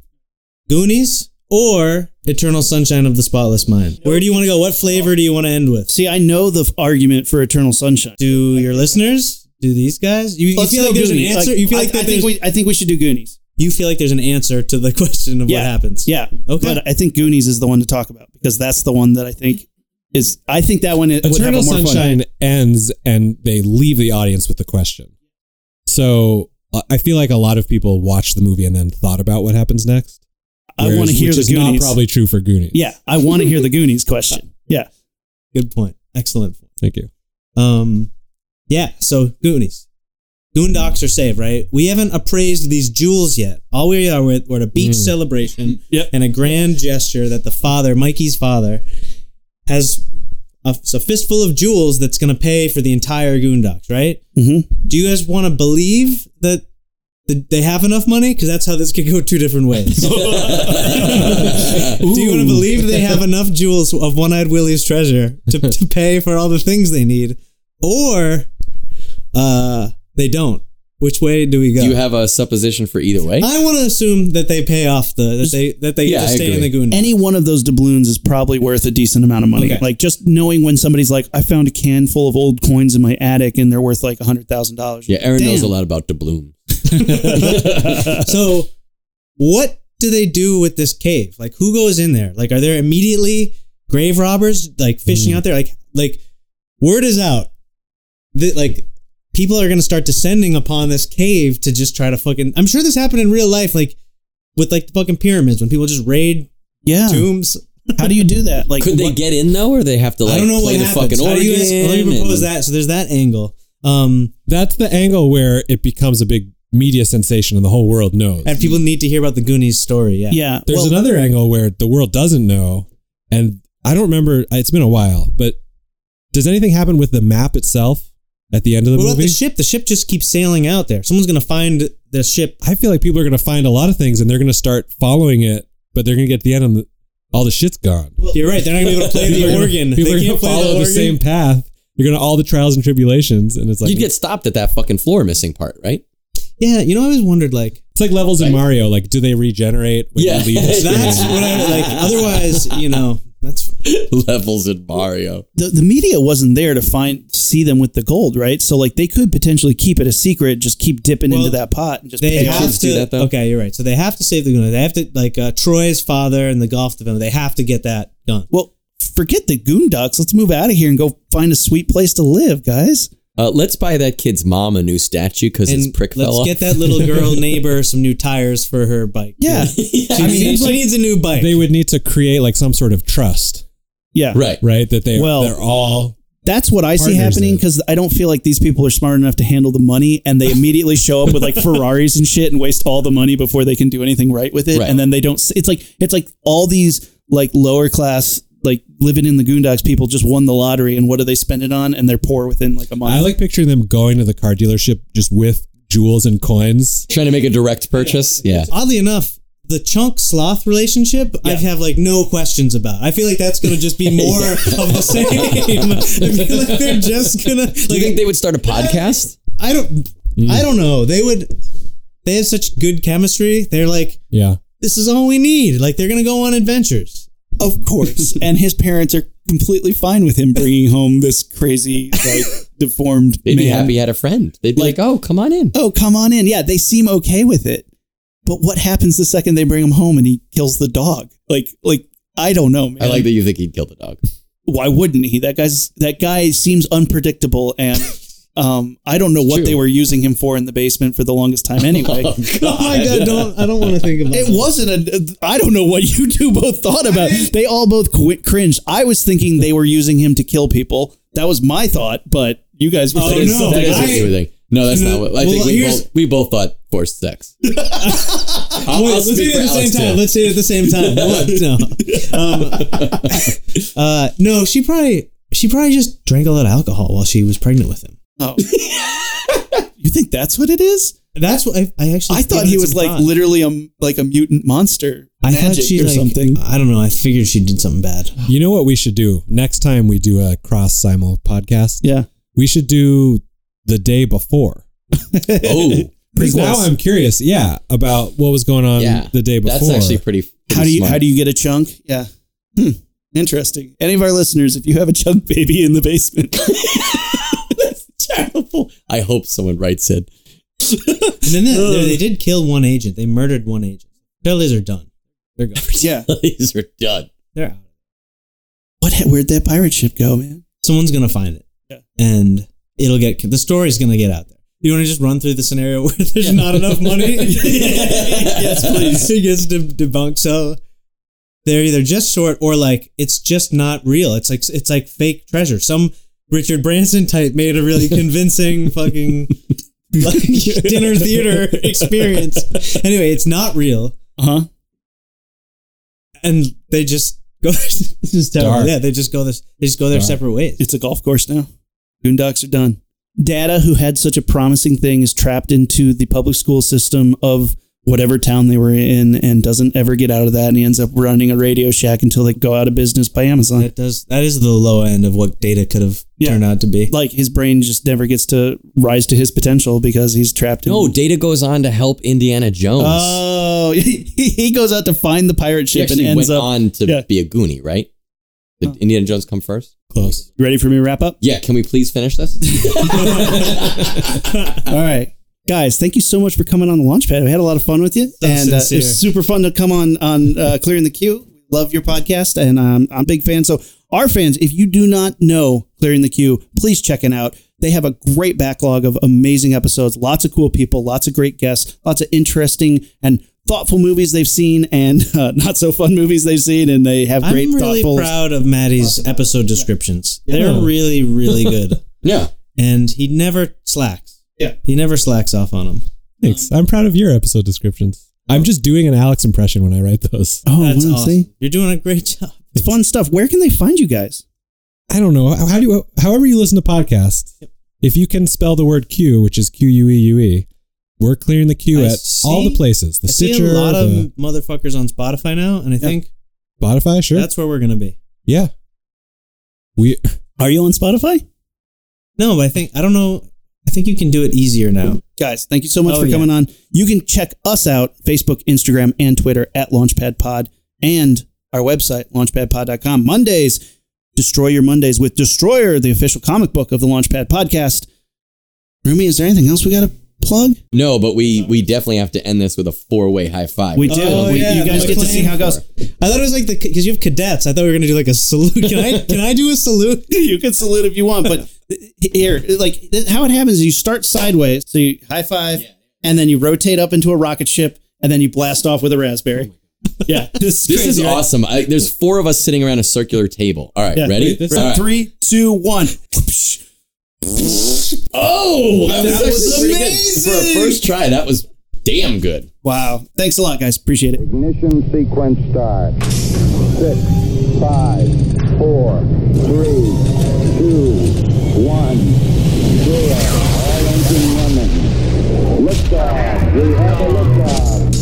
S4: Goonies or Eternal Sunshine of the Spotless Mind. Where do you want to go? What flavor do you want to end with?
S2: See, I know the f- argument for Eternal Sunshine.
S4: Do your listeners? Do these guys? You, you
S2: Let's
S4: feel
S2: go
S4: like there's
S2: Goonies.
S4: an answer. you feel
S2: I-
S4: like
S2: I,
S4: that
S2: think
S4: there's,
S2: we I think we should do Goonies.
S4: you feel like there's an answer to the question of
S2: Yeah.
S4: what happens.
S2: Yeah.
S4: Okay.
S2: But I think Goonies is the one to talk about because that's the one that I think is I think that one is, would have a
S5: Eternal
S2: more fun.
S5: Sunshine ends and they leave the audience with the question. So uh, I feel like a lot of people watch the movie and then thought about what happens next.
S2: I want
S5: whereas-
S2: to hear
S5: which
S2: the
S5: is
S2: Goonies.
S5: Not probably true for Goonies.
S2: yeah, I want to hear the Goonies question. Yeah.
S4: Good point. Excellent point.
S5: Thank you.
S4: Um, yeah. So Goonies, Goondocks are saved, right? We haven't appraised these jewels yet. All we are with were a beach
S2: Mm.
S4: celebration
S2: Yep.
S4: and a grand gesture that the father, Mikey's father, has a, a fistful of jewels that's going to pay for the entire Goondocks, right?
S2: Mhm.
S3: Mm-hmm.
S4: Do you guys want to believe that? th- They have enough money because that's how this could go two different ways. Do you want to believe they have enough jewels of One Eyed Willie's treasure to, to pay for all the things they need, or uh, they don't? Which way do we go?
S3: Do you have a supposition for either way?
S4: I want to assume that they pay off the that they that they get
S3: Yeah,
S4: to
S3: I
S4: stay in the
S3: agree.
S4: Goondocks.
S2: Any one of those doubloons is probably worth a decent amount of money.
S4: Okay.
S2: Like just knowing when somebody's like, I found a can full of old coins in my attic and they're worth like hundred thousand dollars.
S3: Yeah, Aaron knows a
S2: Damn.
S3: lot about doubloon.
S4: so what do they do with this cave like who goes in there like are there immediately grave robbers like fishing
S3: Hmm.
S4: out there like like word is out that like people are going to start descending upon this cave to just try to fucking i'm sure this happened in real life like with like the fucking pyramids when people just raid
S2: Yeah.
S4: tombs
S2: How do you do that? Like
S3: Could they
S2: what-
S3: get in though, or they have to like
S4: i don't know
S3: play
S4: what
S3: the
S4: happens
S3: fucking
S4: How
S3: organ?
S4: do you guys- let me propose
S3: and-
S4: that so there's that angle um
S5: That's the angle where it becomes a big media sensation and the whole world knows.
S4: and people need to hear about the goonies story yeah
S2: Yeah.
S5: There's
S2: well,
S5: another angle where the world doesn't know, and I don't remember. It's been a while, but does anything happen with the map itself at the end of the
S4: what about
S5: movie?
S4: the ship the ship just keeps sailing out there someone's going to find the ship
S5: I feel like people are going to find a lot of things, and they're going to start following it, but they're going to get to the end, and the, all the shit's gone.
S4: You're right. They're not gonna be able to play
S5: People are
S4: the
S5: gonna-
S4: organ.
S5: People
S4: They
S5: are going
S4: can't
S5: to
S4: play
S5: follow
S4: the
S5: the,
S4: organ.
S5: same path. You're going to all the trials and tribulations, and it's like
S3: You'd get stopped at that fucking floor missing part, right?
S4: Yeah, you know, I always wondered like
S5: it's like levels in Mario. Like, do they regenerate when
S3: Yeah.
S5: you leave? the screen?
S4: that's what I like. Otherwise, you know, that's
S3: Levels in Mario.
S2: the, the media wasn't there to find see them with the gold, right? So like they could potentially keep it a secret, just keep dipping
S4: Well,
S2: into that pot and just
S4: they
S2: pay
S4: have
S3: kids
S4: to.
S3: do that, though?
S4: okay, you're right. So they have to save the gun. They have to like uh, Troy's father and the golf development. They have to get that gun.
S2: Well, forget the Goondocks. Let's move out of here and go find a sweet place to live, guys.
S3: Uh, let's buy that kid's mom a new statue because his
S4: And
S3: prick
S4: let's
S3: fell off.
S4: get that little girl neighbor some new tires for her bike.
S2: Yeah.
S4: she, she needs a new bike.
S5: they would need to create like some sort of trust,
S2: Yeah.
S3: right.
S5: right? That they
S2: Well-
S5: they're all
S2: That's what I see
S5: Partners
S2: happening
S5: in.
S2: because I don't feel like these people are smart enough to handle the money and they immediately show up with like Ferraris and shit and waste all the money before they can do anything right with it.
S3: Right.
S2: And then they don't, s- it's like, it's like all these like lower class, like living in the Goondocks people just won the lottery and what do they spend it on? And they're poor within like a month.
S5: I like picturing them going to the car dealership just with jewels and coins.
S3: Trying to make a direct purchase. Yeah.
S4: Oddly enough, the chunk sloth relationship, I have like no questions about. I feel like that's gonna just be more of the same. I feel like they're just gonna. Like,
S3: Do you think they would start a podcast?
S4: I don't. I don't know. They would. They have such good chemistry. They're like,
S5: Yeah.
S4: this is all we need. Like they're gonna go on adventures.
S2: Of course. and his parents are completely fine with him bringing home this crazy, like, deformed
S3: They'd be
S2: man.
S3: happy you had a friend. They'd be like, oh, come on in.
S2: Oh, come on in. Yeah, they seem okay with it. But what happens the second they bring him home and he kills the dog? Like, like I don't know, man.
S3: I like that you think he'd kill the dog.
S2: Why wouldn't he? That guy's that guy seems unpredictable, and um, I don't know what
S3: True.
S2: they were using him for in the basement for the longest time. Anyway,
S4: Oh my god! Don't. I don't want to think about
S2: It wasn't a. I don't know what you two both thought about. They all both qu- cringed. I was thinking they were using him to kill people. That was my thought, but you guys were
S4: Oh,
S3: That
S2: thinking
S3: is-
S4: no,
S2: something
S3: that is
S2: else.
S3: what
S4: I-
S3: you would think. No, that's
S4: No,
S3: not what I
S4: well,
S3: think. We
S4: here's-
S3: both, we both thought forced sex. I'll- I'll
S4: Wait, let's
S3: speak
S4: say it
S3: for
S4: at the
S3: Alex,
S4: same
S3: too.
S4: time. Let's say it at the same time. One, no. Um, uh, no, she probably she probably just drank a lot of alcohol while she was pregnant with him.
S2: Oh. you think that's what it is?
S4: That's what I, I actually.
S2: I
S4: given
S2: thought
S4: it
S2: he
S4: some
S2: was like
S4: thought.
S2: literally a like a mutant monster,
S4: I thought
S2: magic
S4: she
S2: or
S4: like,
S2: something.
S4: I don't know. I figured she did something bad.
S5: You know what we should do next time we do a cross simul podcast?
S2: Yeah.
S5: We should do the day before.
S3: Oh,
S5: 'Cause now
S2: Prequels.
S5: I'm curious, yeah, about what was going on
S3: yeah.
S5: the day before.
S3: That's actually pretty.
S2: How do you how do you get a chunk? Yeah. Hmm. Interesting. Any of our listeners, if you have a chunk baby in the basement,
S3: terrible? I hope someone writes it.
S4: And then they, they, they did kill one agent. They murdered one agent. Phillies are done. They're gone.
S2: yeah.
S3: These are done.
S4: They're out.
S2: What? Where'd that pirate ship go, man?
S4: Someone's gonna find it,
S2: Yeah.
S4: and it'll get the story's gonna get out there. You want to just run through the scenario where there's not enough money? yes, please. It gets de- debunked. So they're either just short or like it's just not real. It's like it's like fake treasure. Some Richard Branson type made a really convincing fucking like, dinner theater experience. Anyway, it's not real,
S2: Uh huh.
S4: and they just go. this is terrible.
S5: Dark.
S4: Yeah, they just go this. They just go their
S5: Dark.
S4: separate ways.
S2: It's a golf course now. Boondocks are done. Data, who had such a promising thing, is trapped into the public school system of whatever town they were in and doesn't ever get out of that and he ends up running a radio shack until they go out of business by Amazon.
S4: That does that is the low end of what data could have
S2: Yeah.
S4: turned out to be.
S2: Like his brain just never gets to rise to his potential because he's trapped in
S3: No, Data goes on to help Indiana Jones.
S2: Oh, he goes out to find the pirate
S3: he
S2: ship and
S3: actually
S2: ends
S3: went
S2: up.
S3: on to
S2: yeah.
S3: be a Goonie, right? Did Indiana Jones come first?
S5: close.
S2: You Ready for me to wrap up?
S3: Yeah, can we please finish this?
S2: All right. Guys, thank you so much for coming on the Launchpad. We had a lot of fun with you, and uh,
S4: sincere.
S2: it's super fun to come on on uh, clearing the queue. Love your podcast, and um, I'm a big fan. So, our fans, if you do not know clearing the queue, please check it out. They have a great backlog of amazing episodes, lots of cool people, lots of great guests, lots of interesting and thoughtful movies they've seen, and uh, not so fun movies they've seen, and they have
S4: I'm
S2: great
S4: really
S2: thoughtful.
S4: proud of Maddie's episode descriptions. They're really, really good.
S3: yeah.
S4: and he never slacks.
S2: Yeah.
S4: He never slacks off on them.
S5: Thanks. I'm proud of your episode descriptions. I'm just doing an Alex impression when I write those.
S2: Oh,
S4: That's
S2: wow,
S4: awesome.
S2: see?
S4: You're doing a great job.
S2: It's fun stuff. Where can they find you guys?
S5: I don't know. How do you, however you listen to podcasts, if you can spell the word Q, which is Q U E U E, we're clearing the Q
S4: I
S5: at all
S4: see-
S5: the places. The
S4: I
S5: Stitcher,
S4: see a lot of
S5: the
S4: motherfuckers on Spotify now, and I think
S5: Spotify, sure.
S4: that's where we're gonna be.
S5: yeah. We
S2: Are you on Spotify?
S4: No, but I think I don't know. I think you can do it easier now.
S2: guys thank you so much
S4: Oh,
S2: for
S4: yeah.
S2: coming on you can check us out facebook instagram and twitter at launchpad pod and our website launchpadpod.com mondays destroy your mondays with destroyer the official comic book of the launchpad podcast rumi is there anything else we gotta plug
S3: No, but we we definitely have to end this with a four way high five.
S2: we do
S4: Oh,
S2: We-
S4: yeah,
S2: you guys
S4: the
S2: get to
S4: plane.
S2: see how it goes
S4: I thought it was like the because you have cadets. I thought we were gonna do like a salute. Can I can I do a salute?
S2: you can salute if you want but here like th- how it happens is you start sideways so you high five and then you rotate up into a rocket ship and then you blast off with a raspberry yeah this is,
S3: This
S2: crazy,
S3: is
S2: right?
S3: awesome. I, there's four of us sitting around a circular table. All right,
S2: Yeah,
S3: ready?
S2: wait, this-
S3: All right.
S2: Three, two, one.
S3: Oh, that,
S2: That
S3: was,
S2: was
S3: pretty good. For a first try, that was damn good.
S2: Wow. Thanks a lot, guys. Appreciate it.
S1: Ignition sequence start. Six, five, four, three, two, one, zero. All engine running. Liftoff. We have a liftoff.